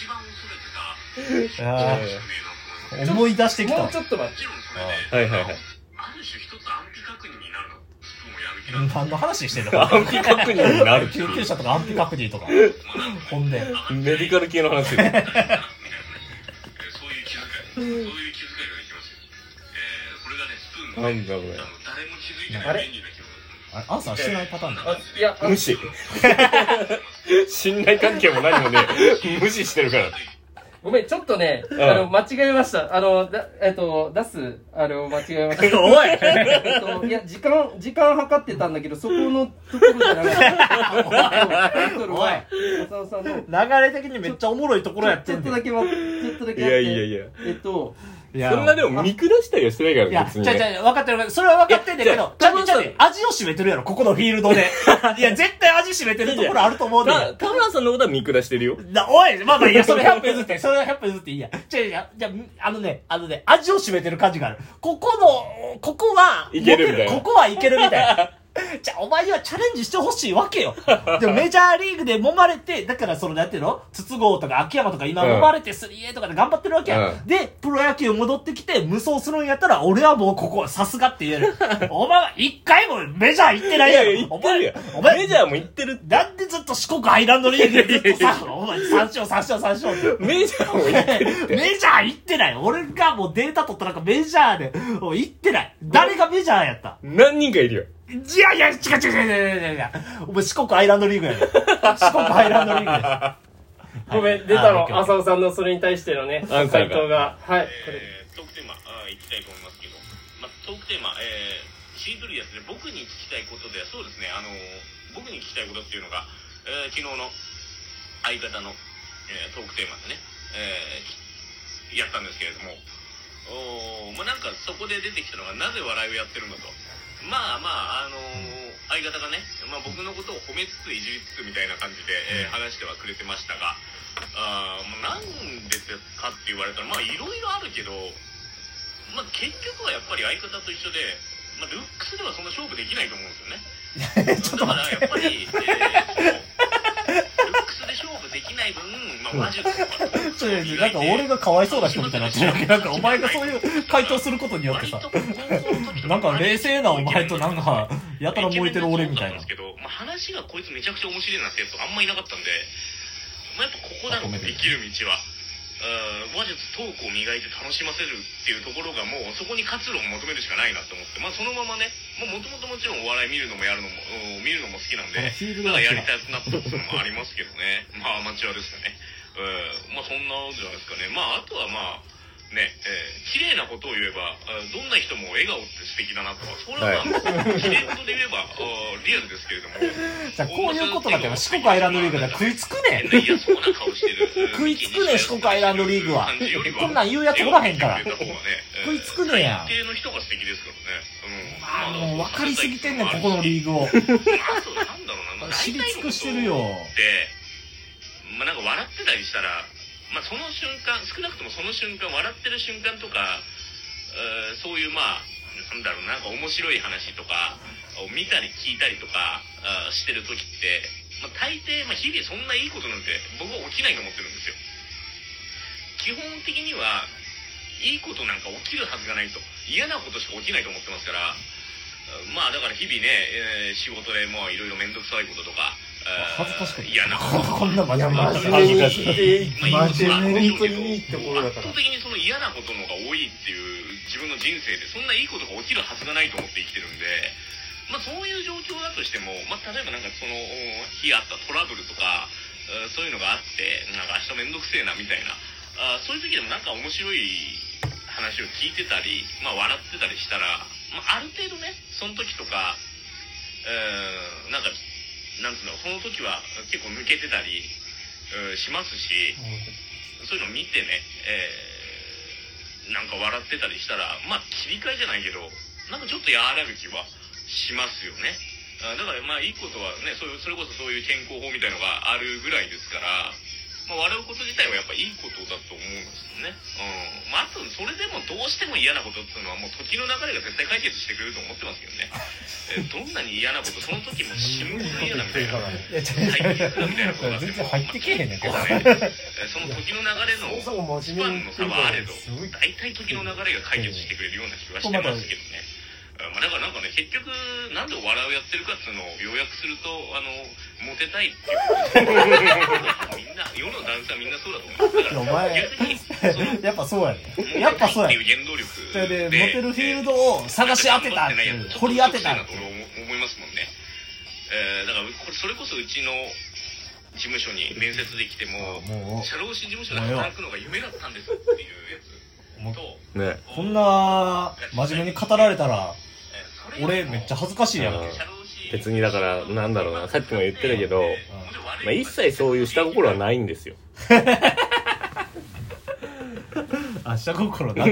[SPEAKER 2] 番恐れてた。
[SPEAKER 3] あー思い出してきた
[SPEAKER 4] も
[SPEAKER 3] わ
[SPEAKER 4] うち。ょっと
[SPEAKER 2] も
[SPEAKER 4] 待っ
[SPEAKER 2] ちろんそれで、
[SPEAKER 1] はいはいはい。
[SPEAKER 2] ある種一つ安否確認になるの。スプーンをやる気だ。
[SPEAKER 3] 何の話してんの
[SPEAKER 1] 安否確認になるってい
[SPEAKER 3] 救
[SPEAKER 1] う
[SPEAKER 3] 急車とか安否確認とか。本で。
[SPEAKER 1] メディカル系の話
[SPEAKER 2] そういう気遣い。そういう気遣いができますよ。えー、これがね、スプーン
[SPEAKER 1] な
[SPEAKER 2] がね、
[SPEAKER 1] んだこ
[SPEAKER 2] あの誰も気づいて
[SPEAKER 3] あ
[SPEAKER 2] な
[SPEAKER 3] れ
[SPEAKER 2] い便利な機能
[SPEAKER 3] あれアンサーしてないパターンだよ。
[SPEAKER 4] て。あ、いや、
[SPEAKER 1] れ。無視。 [laughs] 信頼関係も何もね、無視してるから。
[SPEAKER 4] ごめん、ちょっとね、
[SPEAKER 1] ん
[SPEAKER 4] あの、間違えました。あの、だえっと、出す、あれを間違えま [laughs] した。
[SPEAKER 3] おい [laughs]
[SPEAKER 4] えっと、いや、時間、時間計ってたんだけど、そこのところじゃな
[SPEAKER 1] [laughs]
[SPEAKER 4] かった。タイトルは、浅尾さんの、
[SPEAKER 3] 流れ的にめっちゃおもろいところやっ
[SPEAKER 4] ち
[SPEAKER 3] て
[SPEAKER 4] ょっ
[SPEAKER 3] ん
[SPEAKER 4] と
[SPEAKER 3] ねん
[SPEAKER 4] だけ待って、ちょっとだけ待って。
[SPEAKER 1] いやいやいや
[SPEAKER 4] えっと、
[SPEAKER 3] いや
[SPEAKER 1] そんなでも見下したりはしてないか
[SPEAKER 3] い
[SPEAKER 1] ら
[SPEAKER 3] や、
[SPEAKER 1] ね、別
[SPEAKER 3] ち
[SPEAKER 1] に
[SPEAKER 3] ゃ
[SPEAKER 1] ね。
[SPEAKER 3] うちゃう、分かってる分かってる。それは分かってんだけ
[SPEAKER 1] いや
[SPEAKER 3] ど、ちゃ
[SPEAKER 1] 田
[SPEAKER 3] う
[SPEAKER 1] 村
[SPEAKER 3] ちゃ
[SPEAKER 1] さん
[SPEAKER 3] う、味を占めてるやろ、ここのフィールドで。いや、絶対味占めてるところあると思うねん
[SPEAKER 1] た田村さんのことは見下してるよ。
[SPEAKER 3] なおい、まあまあ、いや、 [laughs] それ100歩譲って、それは100歩譲っていいや。ちゃうちゃう、じゃあ、あのね、あのね、味を占めてる感じがある。ここの、ここは、
[SPEAKER 1] いけるみたいな
[SPEAKER 3] ここはいけるみたいな。 [laughs] じゃあ、お前にはチャレンジしてほしいわ
[SPEAKER 1] [laughs]
[SPEAKER 3] けよ。でもメジャーリーグで揉まれて、だからその、なんていうの筒香とか秋山とか今
[SPEAKER 1] うん
[SPEAKER 3] 揉まれて 3A とかで頑張ってるわけや。
[SPEAKER 1] う
[SPEAKER 3] で、プロ野球戻ってきて無双するんやったら、俺はもうここはさすがって言え
[SPEAKER 1] [laughs]
[SPEAKER 3] る。お前は一回もメジャー行ってない
[SPEAKER 1] い
[SPEAKER 3] や
[SPEAKER 1] や
[SPEAKER 3] ろ。
[SPEAKER 1] いや、言ってるよ
[SPEAKER 3] お前、お。前
[SPEAKER 1] メジャーも言ってる。
[SPEAKER 3] なんでずっと四国アイランドリーグでずっとさ、お前三勝三勝三勝って。
[SPEAKER 1] メジャーも言ってるって。
[SPEAKER 3] メジャー行ってない俺がもうデータ取ったなんかメジャーで、おい行ってない誰がメジャーやった
[SPEAKER 1] 何人かいるよ。
[SPEAKER 3] いやいや、違う違う違う違う違う違うお前四国アイランドリーグやで。四国アイランドリーグやで。
[SPEAKER 4] ごめん、出た
[SPEAKER 3] あ
[SPEAKER 4] の
[SPEAKER 3] オッケ、ーオッケー
[SPEAKER 4] 浅尾さんのそれに対してのね、
[SPEAKER 1] アンサーが
[SPEAKER 4] 回答が。はい、これ。
[SPEAKER 2] えー、トークテーマあー、いきたいと思いますけど、まあ、トークテーマ、えー、シートリですね、僕に聞きたいことで、そうですね、あのー僕に聞きたいことっていうのが、えー昨日の相方の、えートークテーマでね、えーやったんですけれども、おーまあ、なんかそこで出てきたのが、なぜ笑いをやってるのと。まあまあ、あのー相方がね、まあ、僕のことを褒めつついじりつつみたいな感じで、えー話してはくれてましたが、あーまあなんですかって言われたら、まあいろいろあるけど、まあ結局はやっぱり相方と一緒で、まあルッ
[SPEAKER 3] [laughs]
[SPEAKER 2] クスではそんな勝負できないと思うんです
[SPEAKER 3] ち
[SPEAKER 2] よね。
[SPEAKER 3] ょっと待って。
[SPEAKER 2] だからやっぱり、えーその
[SPEAKER 3] ちょいちょいなんか俺がかわいそうな人みたいになってるわけなんかお前がそういう回答することによってさなんか冷静なお前となんかやたら燃えてる俺みたいな
[SPEAKER 2] ですけど、まあ、話がこいつめちゃくちゃ面白いなってやつあんまいなかったんで、まあ、やっぱここだろう
[SPEAKER 3] ま
[SPEAKER 2] 生
[SPEAKER 3] とめてる
[SPEAKER 2] きる道はうん話術トークを磨いて楽しませるっていうところがもうそこに活路を求めるしかないなって思ってまあそのままねもともともちろんお笑い見るのもやるのも、うん見るのも好きなんで
[SPEAKER 3] あフィールドが
[SPEAKER 2] まあ
[SPEAKER 3] 違
[SPEAKER 2] や
[SPEAKER 3] う
[SPEAKER 2] りたくなったこともありますけど
[SPEAKER 3] [laughs]
[SPEAKER 2] ねまあアマチュアですよねうんまあそんなじゃないですかねまああとはまあねえー綺麗なことを言えばあーどんな人も笑顔って素敵だなとかそれはまあ、綺麗事で言えばあーリアルですけれど
[SPEAKER 3] [laughs]
[SPEAKER 2] も
[SPEAKER 3] じゃあこういうことだけど四国アイランドリーグで食いつくねん
[SPEAKER 2] 嫌そうな顔してる。
[SPEAKER 3] 食いつくね四国アイランドリー
[SPEAKER 2] [laughs]
[SPEAKER 3] グはこんなん言うやつおらへんから食いつくねんや
[SPEAKER 2] 一定の人が素敵ですか
[SPEAKER 3] あ
[SPEAKER 2] らね。
[SPEAKER 3] ーもう分かりすぎてんねんここの
[SPEAKER 2] ー
[SPEAKER 3] リーグを
[SPEAKER 2] グ。まああとなんだろうな。まあ
[SPEAKER 3] 知り尽くしてるよ
[SPEAKER 2] 大体のことって、まあなんか笑ってたりしたら、まあその瞬間、少なくともその瞬間、笑ってる瞬間とか、えーそういうまあ、なんだろうな、なんか面白い話とかを見たり聞いたりとか、あーしてる時って、まあ大抵、まあ日々そんないいことなんて僕は起きないと思ってるんですよ。基本的には、いいことなんか起きるはずがないと。嫌なことしか起きないと思ってますから、まあだから日々ね、えー仕事でもういろいろ面倒くさいこととか、えー
[SPEAKER 3] 恥ずかしくて
[SPEAKER 2] 嫌なこと
[SPEAKER 3] こんな真面目
[SPEAKER 2] い
[SPEAKER 3] な
[SPEAKER 2] や
[SPEAKER 1] 真面目に言っていい真面目に本当にいいってこ
[SPEAKER 2] も
[SPEAKER 1] ろ
[SPEAKER 2] う
[SPEAKER 1] だか
[SPEAKER 2] 圧
[SPEAKER 1] ら
[SPEAKER 2] 倒的にその嫌なことの方が多いっていう自分の人生でそんないいことが起きるはずがないと思って生きてるんで、まあ、そういう状況だとしても、まあ、例えばなんかその日あったトラブルとかうんそういうのがあってなんか明日めんどくせえなみたいなあそういう時でもなんか面白い話を聞いてたり、まあ、笑ってたりしたら、まあ、ある程度ねその時とかうんなんかなんつうのその時は結構抜けてたりうんしますし。そういうの見てね、えーなんか笑ってたりしたら、まあ切り替えじゃないけど、なんかちょっと和らぐ気はしますよね。あだからまあいいことはね、そういう、それこそそういう健康法みたいのがあるぐらいですから、まあ、笑うこと自体はやっぱいいことだと思うんですよね。うん。まああと、それでもどうしても嫌なことっていうのはもう時の流れが絶対解決してくれると思ってますけどね。えーどんなに嫌なこと、その時も死ぬの嫌なみたいな。
[SPEAKER 3] いや違う違う違う全然入ってけえへんねんけど
[SPEAKER 2] えーその時の流れの
[SPEAKER 1] そも
[SPEAKER 2] 一
[SPEAKER 1] そも真面
[SPEAKER 2] 番
[SPEAKER 1] 目に
[SPEAKER 2] の
[SPEAKER 1] 言っ
[SPEAKER 2] 差
[SPEAKER 1] てるか
[SPEAKER 2] はあ
[SPEAKER 1] ら
[SPEAKER 2] れど
[SPEAKER 1] すごい
[SPEAKER 2] 大体時の流れが解決してくれるような気はしてますけどね、まあ、だからなんかね結局なんでお笑いをやってるかっていうのを要約するとあのモテたいっていうみんな世の男性はみんなそうだと思うだから
[SPEAKER 3] お前
[SPEAKER 2] 逆にその
[SPEAKER 3] やっぱそうやねや
[SPEAKER 2] や
[SPEAKER 3] っ
[SPEAKER 2] っ
[SPEAKER 3] ぱ
[SPEAKER 2] ぱ
[SPEAKER 3] そ
[SPEAKER 2] そうう
[SPEAKER 3] や
[SPEAKER 2] や。
[SPEAKER 3] ね
[SPEAKER 2] 原動力
[SPEAKER 3] それで
[SPEAKER 2] で、
[SPEAKER 3] モ
[SPEAKER 2] モ
[SPEAKER 3] テ
[SPEAKER 2] テ
[SPEAKER 3] る
[SPEAKER 2] る
[SPEAKER 3] フ
[SPEAKER 2] フ
[SPEAKER 3] ィ
[SPEAKER 2] ィ
[SPEAKER 3] ー
[SPEAKER 2] ー
[SPEAKER 3] ル
[SPEAKER 2] ル
[SPEAKER 3] ド
[SPEAKER 2] ド
[SPEAKER 3] を
[SPEAKER 2] を
[SPEAKER 3] 探
[SPEAKER 2] 探
[SPEAKER 3] し
[SPEAKER 2] し
[SPEAKER 3] 当
[SPEAKER 2] 当
[SPEAKER 3] て
[SPEAKER 2] て
[SPEAKER 3] た
[SPEAKER 2] た
[SPEAKER 3] っ
[SPEAKER 2] って
[SPEAKER 3] い
[SPEAKER 2] ていうう、
[SPEAKER 3] 掘
[SPEAKER 2] 掘
[SPEAKER 3] り
[SPEAKER 2] り
[SPEAKER 3] 当
[SPEAKER 2] 当
[SPEAKER 3] て
[SPEAKER 2] て
[SPEAKER 3] た
[SPEAKER 2] た
[SPEAKER 3] っ
[SPEAKER 2] ってて
[SPEAKER 3] い
[SPEAKER 2] いうう。思いますもんね。えーだから、これそれこそうちの事務所に面接できても、
[SPEAKER 3] も
[SPEAKER 2] 社労士事務所で働くのが夢だったんですっていうやつ
[SPEAKER 3] うもう
[SPEAKER 2] と、
[SPEAKER 1] ね
[SPEAKER 3] こんな真面目に語られたら
[SPEAKER 2] えーそれよ
[SPEAKER 3] 俺
[SPEAKER 2] りも
[SPEAKER 3] めっちゃ恥ずかしいやん
[SPEAKER 1] うん
[SPEAKER 2] 社労士
[SPEAKER 1] 別にだからなんだろうなさっきも言ってるけどまあ、一切そういう下心はないんですよ
[SPEAKER 3] あ下心なく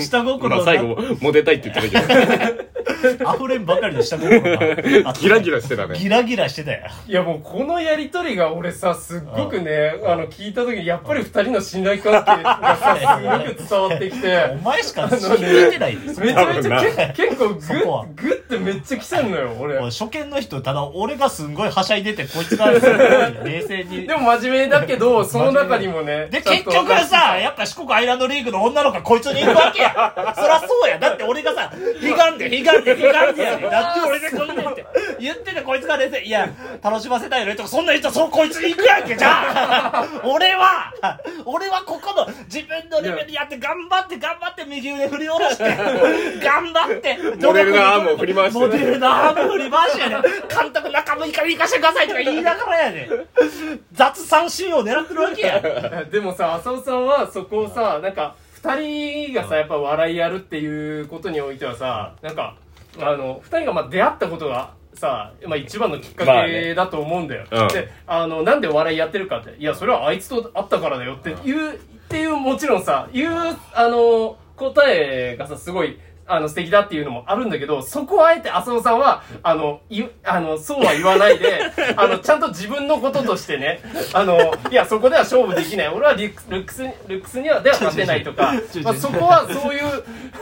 [SPEAKER 3] 下心
[SPEAKER 1] まあ
[SPEAKER 3] な
[SPEAKER 1] 最後モテたいって言ってたけ
[SPEAKER 3] [laughs] 溢れんばかりの下心があ [laughs] っ
[SPEAKER 1] ど
[SPEAKER 3] た
[SPEAKER 1] [laughs] ギラギラしてたね
[SPEAKER 3] ギラギラしてたよ
[SPEAKER 4] いやもうこのやりとりが俺さ、すっごくね、あの聞いた時にやっぱり二人の信頼関係が [laughs] さ、すごく伝わってき
[SPEAKER 3] お
[SPEAKER 4] て、
[SPEAKER 3] 前しか聞いてないです
[SPEAKER 4] めちゃめちゃけ結構グ
[SPEAKER 3] そこは
[SPEAKER 4] ッ、グッてめっちゃ来てんのよ、俺。
[SPEAKER 3] 初見の人ただ俺がすんごいはしゃいでてこいつがすごい冷静に
[SPEAKER 4] でも真面目だけど、その中にもね。
[SPEAKER 3] で、
[SPEAKER 4] ちゃん
[SPEAKER 3] 結
[SPEAKER 4] と
[SPEAKER 3] 局さ、やっぱ四国アイランドリーグの女の子がこいつに行くわけや。
[SPEAKER 1] [laughs]
[SPEAKER 3] そらそうや。だって俺がさ、悲願で、悲願で、悲願でやで。だって俺でこんなんって。言っててこいつが冷静。いや、楽しませたいのにとか、そんな人、そうこいつに行くやんけ、じゃあ。俺は、俺はここの自分のレベルやって、頑張って、頑張って、右腕振り下ろして、頑張って、
[SPEAKER 1] モデルのアームを振り回して
[SPEAKER 3] モデルのアーム振り回しやで。監督中6日に行かしてくださいとか言いながらやで。雑三振を狙ってるわけや。
[SPEAKER 4] でもさ、浅尾さんはそこをさ、なんか、二人がさ、やっぱ笑いやるっていうことにおいてはさ、なんか、あの、二人がまあ出会ったことが、さまあ、一番のきっか
[SPEAKER 1] まあ
[SPEAKER 4] け
[SPEAKER 1] ね
[SPEAKER 4] だと思うんだよ、
[SPEAKER 1] うん
[SPEAKER 4] であのなんでお笑いやってるかっていやそれはあいつと会ったからだよっていう、っていうもちろんさ言うあの答えがさすごいあの素敵だっていうのもあるんだけどそこをあえて浅尾さんはあのいあのそうは言わない
[SPEAKER 3] [laughs]
[SPEAKER 4] であのちゃんと自分のこととしてねあのいやそこでは勝負できない俺はリックルックスルックスにはでは勝てない
[SPEAKER 3] [laughs]
[SPEAKER 4] とか
[SPEAKER 3] ちょちょちょ
[SPEAKER 4] まあ、そこはそういう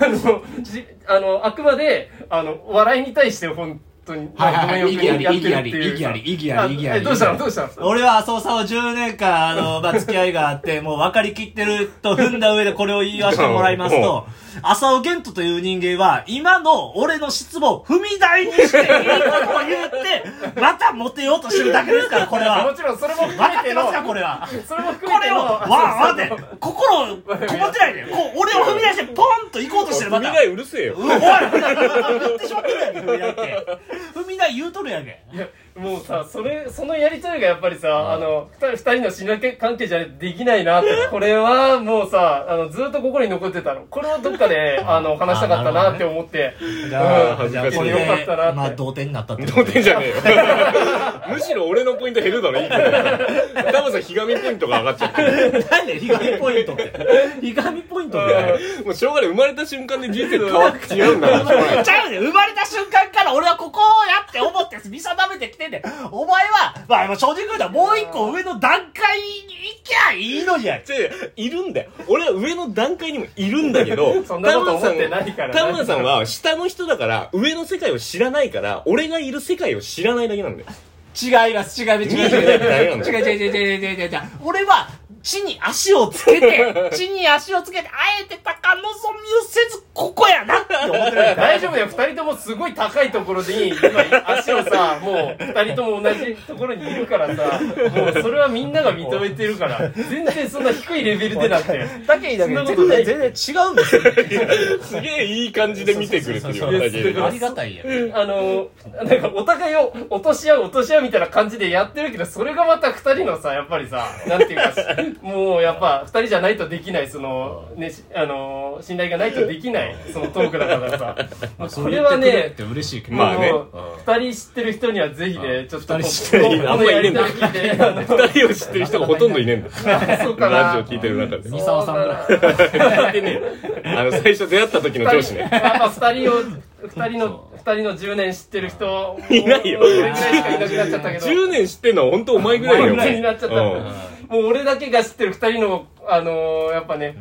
[SPEAKER 4] あのじあのあくまであの笑いに対して本当当に。
[SPEAKER 3] はいはい
[SPEAKER 4] ごめ
[SPEAKER 3] は
[SPEAKER 4] んよ
[SPEAKER 3] い。
[SPEAKER 4] く
[SPEAKER 3] 意義あり、
[SPEAKER 4] やっ
[SPEAKER 3] 意
[SPEAKER 4] て
[SPEAKER 3] 義
[SPEAKER 4] る
[SPEAKER 3] あ
[SPEAKER 4] って
[SPEAKER 3] り、意
[SPEAKER 4] いう
[SPEAKER 3] 義あり、意義あり、意義あ
[SPEAKER 4] え
[SPEAKER 3] り。
[SPEAKER 4] どうしたのどうしたの
[SPEAKER 3] 俺は浅尾さんを10年間、あ
[SPEAKER 4] [laughs]
[SPEAKER 3] の、まあ、付き合いがあって、もう分かりきってると踏んだ上でこれを言わせてもらいます
[SPEAKER 4] [laughs]
[SPEAKER 3] と、浅尾玄斗という人間は、今の俺の失望を踏み台にしていいことを言って、またモテようとしてるだけですから、これ
[SPEAKER 4] も [laughs]
[SPEAKER 3] は。
[SPEAKER 4] ちろん、それも
[SPEAKER 3] 分
[SPEAKER 4] 含
[SPEAKER 3] か
[SPEAKER 4] め
[SPEAKER 3] ってて
[SPEAKER 4] の
[SPEAKER 3] ます、か、これは。
[SPEAKER 4] それも含
[SPEAKER 3] こ
[SPEAKER 4] め
[SPEAKER 3] れ
[SPEAKER 4] て
[SPEAKER 3] を、
[SPEAKER 4] の、
[SPEAKER 3] わわで、心をこもってないで、こう、俺を踏み台にして、ポンと行こうとしてる、ま
[SPEAKER 1] 踏み
[SPEAKER 3] た。
[SPEAKER 1] 台うるせえよ
[SPEAKER 3] う。んおい言ってしまってるやんけ、踏み台って。踏み台言うとるやんけ。
[SPEAKER 4] いやもうさそれそのやりとりがやっぱりさあの二人二人の信頼関係じゃないとできないなってこれはもうさあのずっと心に残ってたのこれをどっ
[SPEAKER 3] [laughs]
[SPEAKER 4] かであの話したかったなって思って
[SPEAKER 3] じゃ
[SPEAKER 1] う
[SPEAKER 3] あ、
[SPEAKER 1] ん
[SPEAKER 3] じゃあ
[SPEAKER 1] 恥
[SPEAKER 3] これ
[SPEAKER 1] ずかしい
[SPEAKER 3] で
[SPEAKER 4] よかったなって
[SPEAKER 3] まあ、同点になったって
[SPEAKER 1] 童貞じ
[SPEAKER 3] ゃ
[SPEAKER 1] ゃ
[SPEAKER 3] [laughs]
[SPEAKER 1] ねえよ。むしろ俺のポイント減るだろ、いいから。多分さ、ひがみポイントが上がっちゃってる。
[SPEAKER 3] 何でひがみポイントって。ひがみポイントっ
[SPEAKER 4] うん
[SPEAKER 3] て。
[SPEAKER 4] [laughs]
[SPEAKER 1] もうしょうがない。生まれた瞬間で人生変わって違うんだ [laughs] から、しょうがない
[SPEAKER 3] ちゃうね生まれた瞬間から俺はここをやって思って見定めてきてんねん。お前は、まあ、まあ正直言うともう一個上の段階に行きゃいいのじゃ。
[SPEAKER 1] 違う違ういるんだよ。俺は上の段階にもいるんだけど、
[SPEAKER 4] [laughs] そんなこと思ってないから
[SPEAKER 1] 田村さんは下の人だから、上の世界を知らないから、俺がいる世界を知らないだけなんだよ。
[SPEAKER 3] 違います、違います、違います。違う違う違う違う違う違う違う。俺は、地に足をつけて、地に足をつけて、あえて高望みをせず、ここやなって思ってる。
[SPEAKER 4] 大丈夫だよ二人ともすごい高いところに今足をさもう二人とも同じところにいるからさもうそれはみんなが認めてるから全然そんな低いレベルでなんて
[SPEAKER 3] だけにだけ全然全然違うんですよ。
[SPEAKER 1] すげえいい感じで見てくれてるよ、
[SPEAKER 3] そうそうそうそう
[SPEAKER 1] だけど
[SPEAKER 3] ありがたいやん。
[SPEAKER 4] [laughs] あのなんかお互いを落とし合う落とし合うみたいな感じでやってるけどそれがまた二人のさやっぱりさなんていう
[SPEAKER 1] [laughs]
[SPEAKER 4] かもうやっぱ二人じゃないとできないその、ね、しあの信頼がないとできないそのトークだ
[SPEAKER 1] [laughs]
[SPEAKER 4] からさもうこれはね
[SPEAKER 3] て嬉しいけ
[SPEAKER 1] まあね
[SPEAKER 4] もう二人知ってる人にはぜひねちょっとこ
[SPEAKER 3] 二
[SPEAKER 4] こ
[SPEAKER 3] 人知っ
[SPEAKER 4] こ
[SPEAKER 3] てる人
[SPEAKER 1] あん
[SPEAKER 4] の
[SPEAKER 1] ま
[SPEAKER 4] や
[SPEAKER 1] いねえ
[SPEAKER 4] り
[SPEAKER 1] ん
[SPEAKER 4] と
[SPEAKER 1] だ
[SPEAKER 4] り聞いてあの
[SPEAKER 1] 二人を知ってる人がほとんどいねえんだよ。
[SPEAKER 4] そうかな
[SPEAKER 1] ラジオ聞いてる中で。
[SPEAKER 3] 三沢さんぐらい。
[SPEAKER 1] あの、最初出会った時の上司ね。
[SPEAKER 4] やっぱ二人を二人の二人の10年知ってる人
[SPEAKER 1] いないよ
[SPEAKER 4] もう俺ぐらいしかいなくなっちゃったけど
[SPEAKER 1] 10年知ってんのは本当お前ぐらいよ。
[SPEAKER 4] お前ぐらいになっちゃった
[SPEAKER 1] うん
[SPEAKER 4] もう俺だけが知ってる二人の、あのーやっぱね、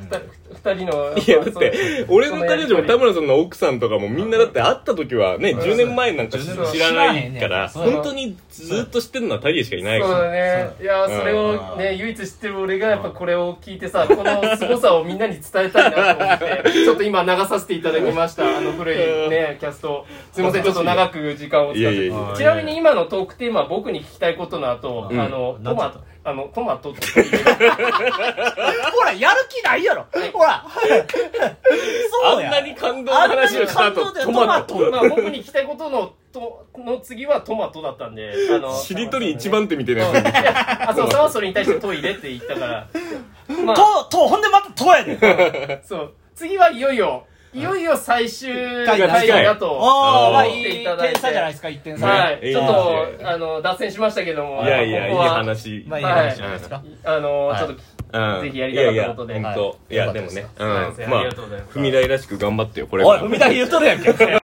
[SPEAKER 4] 二、人の。
[SPEAKER 1] いやだって俺の彼女も田村さんの奥さんとかもみんなだって会った時はね10年前なんか知
[SPEAKER 4] そう
[SPEAKER 1] らない
[SPEAKER 3] 知
[SPEAKER 1] から
[SPEAKER 3] ない
[SPEAKER 1] ら
[SPEAKER 3] ねそう
[SPEAKER 1] 本当にずっと知ってるのはタリエしかい
[SPEAKER 4] そ
[SPEAKER 1] な
[SPEAKER 4] う
[SPEAKER 1] いから
[SPEAKER 4] だね。いや、それをね、唯一知ってる俺がやっぱこれを聞いてさ、この凄さをみんなに伝えたいなと思
[SPEAKER 1] [laughs]
[SPEAKER 4] って、ちょっと今流させていただきました。あの古いね、キャスト。すいません、ちょっと長く時間を使っ
[SPEAKER 1] いやい
[SPEAKER 4] て
[SPEAKER 1] やいや。
[SPEAKER 4] ちなみに今のトークテーマは僕に聞きたいことの後、
[SPEAKER 1] うん
[SPEAKER 4] あの、トマト、あの、トマトって。 [laughs]
[SPEAKER 3] [laughs] ほら、やる気ないやろ。ほら。
[SPEAKER 1] あ
[SPEAKER 3] そうんや。
[SPEAKER 1] なに感動の話をした後
[SPEAKER 3] あんなに感動で
[SPEAKER 1] トマト
[SPEAKER 3] トマ
[SPEAKER 4] まあ僕に聞きたいことの、と、の次はトマトだったんで、あの、
[SPEAKER 1] しりとり一番手みたいなやつ
[SPEAKER 4] あ、そう、さはそれに対してトイレって言ったから。まあ、
[SPEAKER 3] と、と、ほんでまたとやで。
[SPEAKER 4] そう。次はいよいよ、いよいよ最終
[SPEAKER 3] 回
[SPEAKER 4] 回
[SPEAKER 3] が近い
[SPEAKER 4] だと。
[SPEAKER 3] おー、まあいい
[SPEAKER 4] 言って
[SPEAKER 3] 点
[SPEAKER 4] いただいて
[SPEAKER 3] 差じゃないですか、1点差。
[SPEAKER 4] はい。
[SPEAKER 1] いい
[SPEAKER 4] ちょっ
[SPEAKER 1] です
[SPEAKER 4] と、
[SPEAKER 1] ね
[SPEAKER 4] あの、脱線しましたけども。
[SPEAKER 1] いやいやい
[SPEAKER 4] こ
[SPEAKER 1] い
[SPEAKER 4] こは
[SPEAKER 1] 話
[SPEAKER 3] まあいい
[SPEAKER 4] はい
[SPEAKER 3] 話じゃないですか。
[SPEAKER 4] あの、
[SPEAKER 3] はい
[SPEAKER 4] ちょっと、
[SPEAKER 1] うん
[SPEAKER 4] ぜひやりたかったことで
[SPEAKER 1] いやいや本当いやでもねうん
[SPEAKER 4] すいませんあ
[SPEAKER 1] ま
[SPEAKER 4] り
[SPEAKER 1] あ
[SPEAKER 4] がとうございます
[SPEAKER 1] 踏み台らしく頑張ってよこれ
[SPEAKER 3] お
[SPEAKER 1] か
[SPEAKER 3] い、
[SPEAKER 1] ら
[SPEAKER 3] 踏み台言うとるやんけ。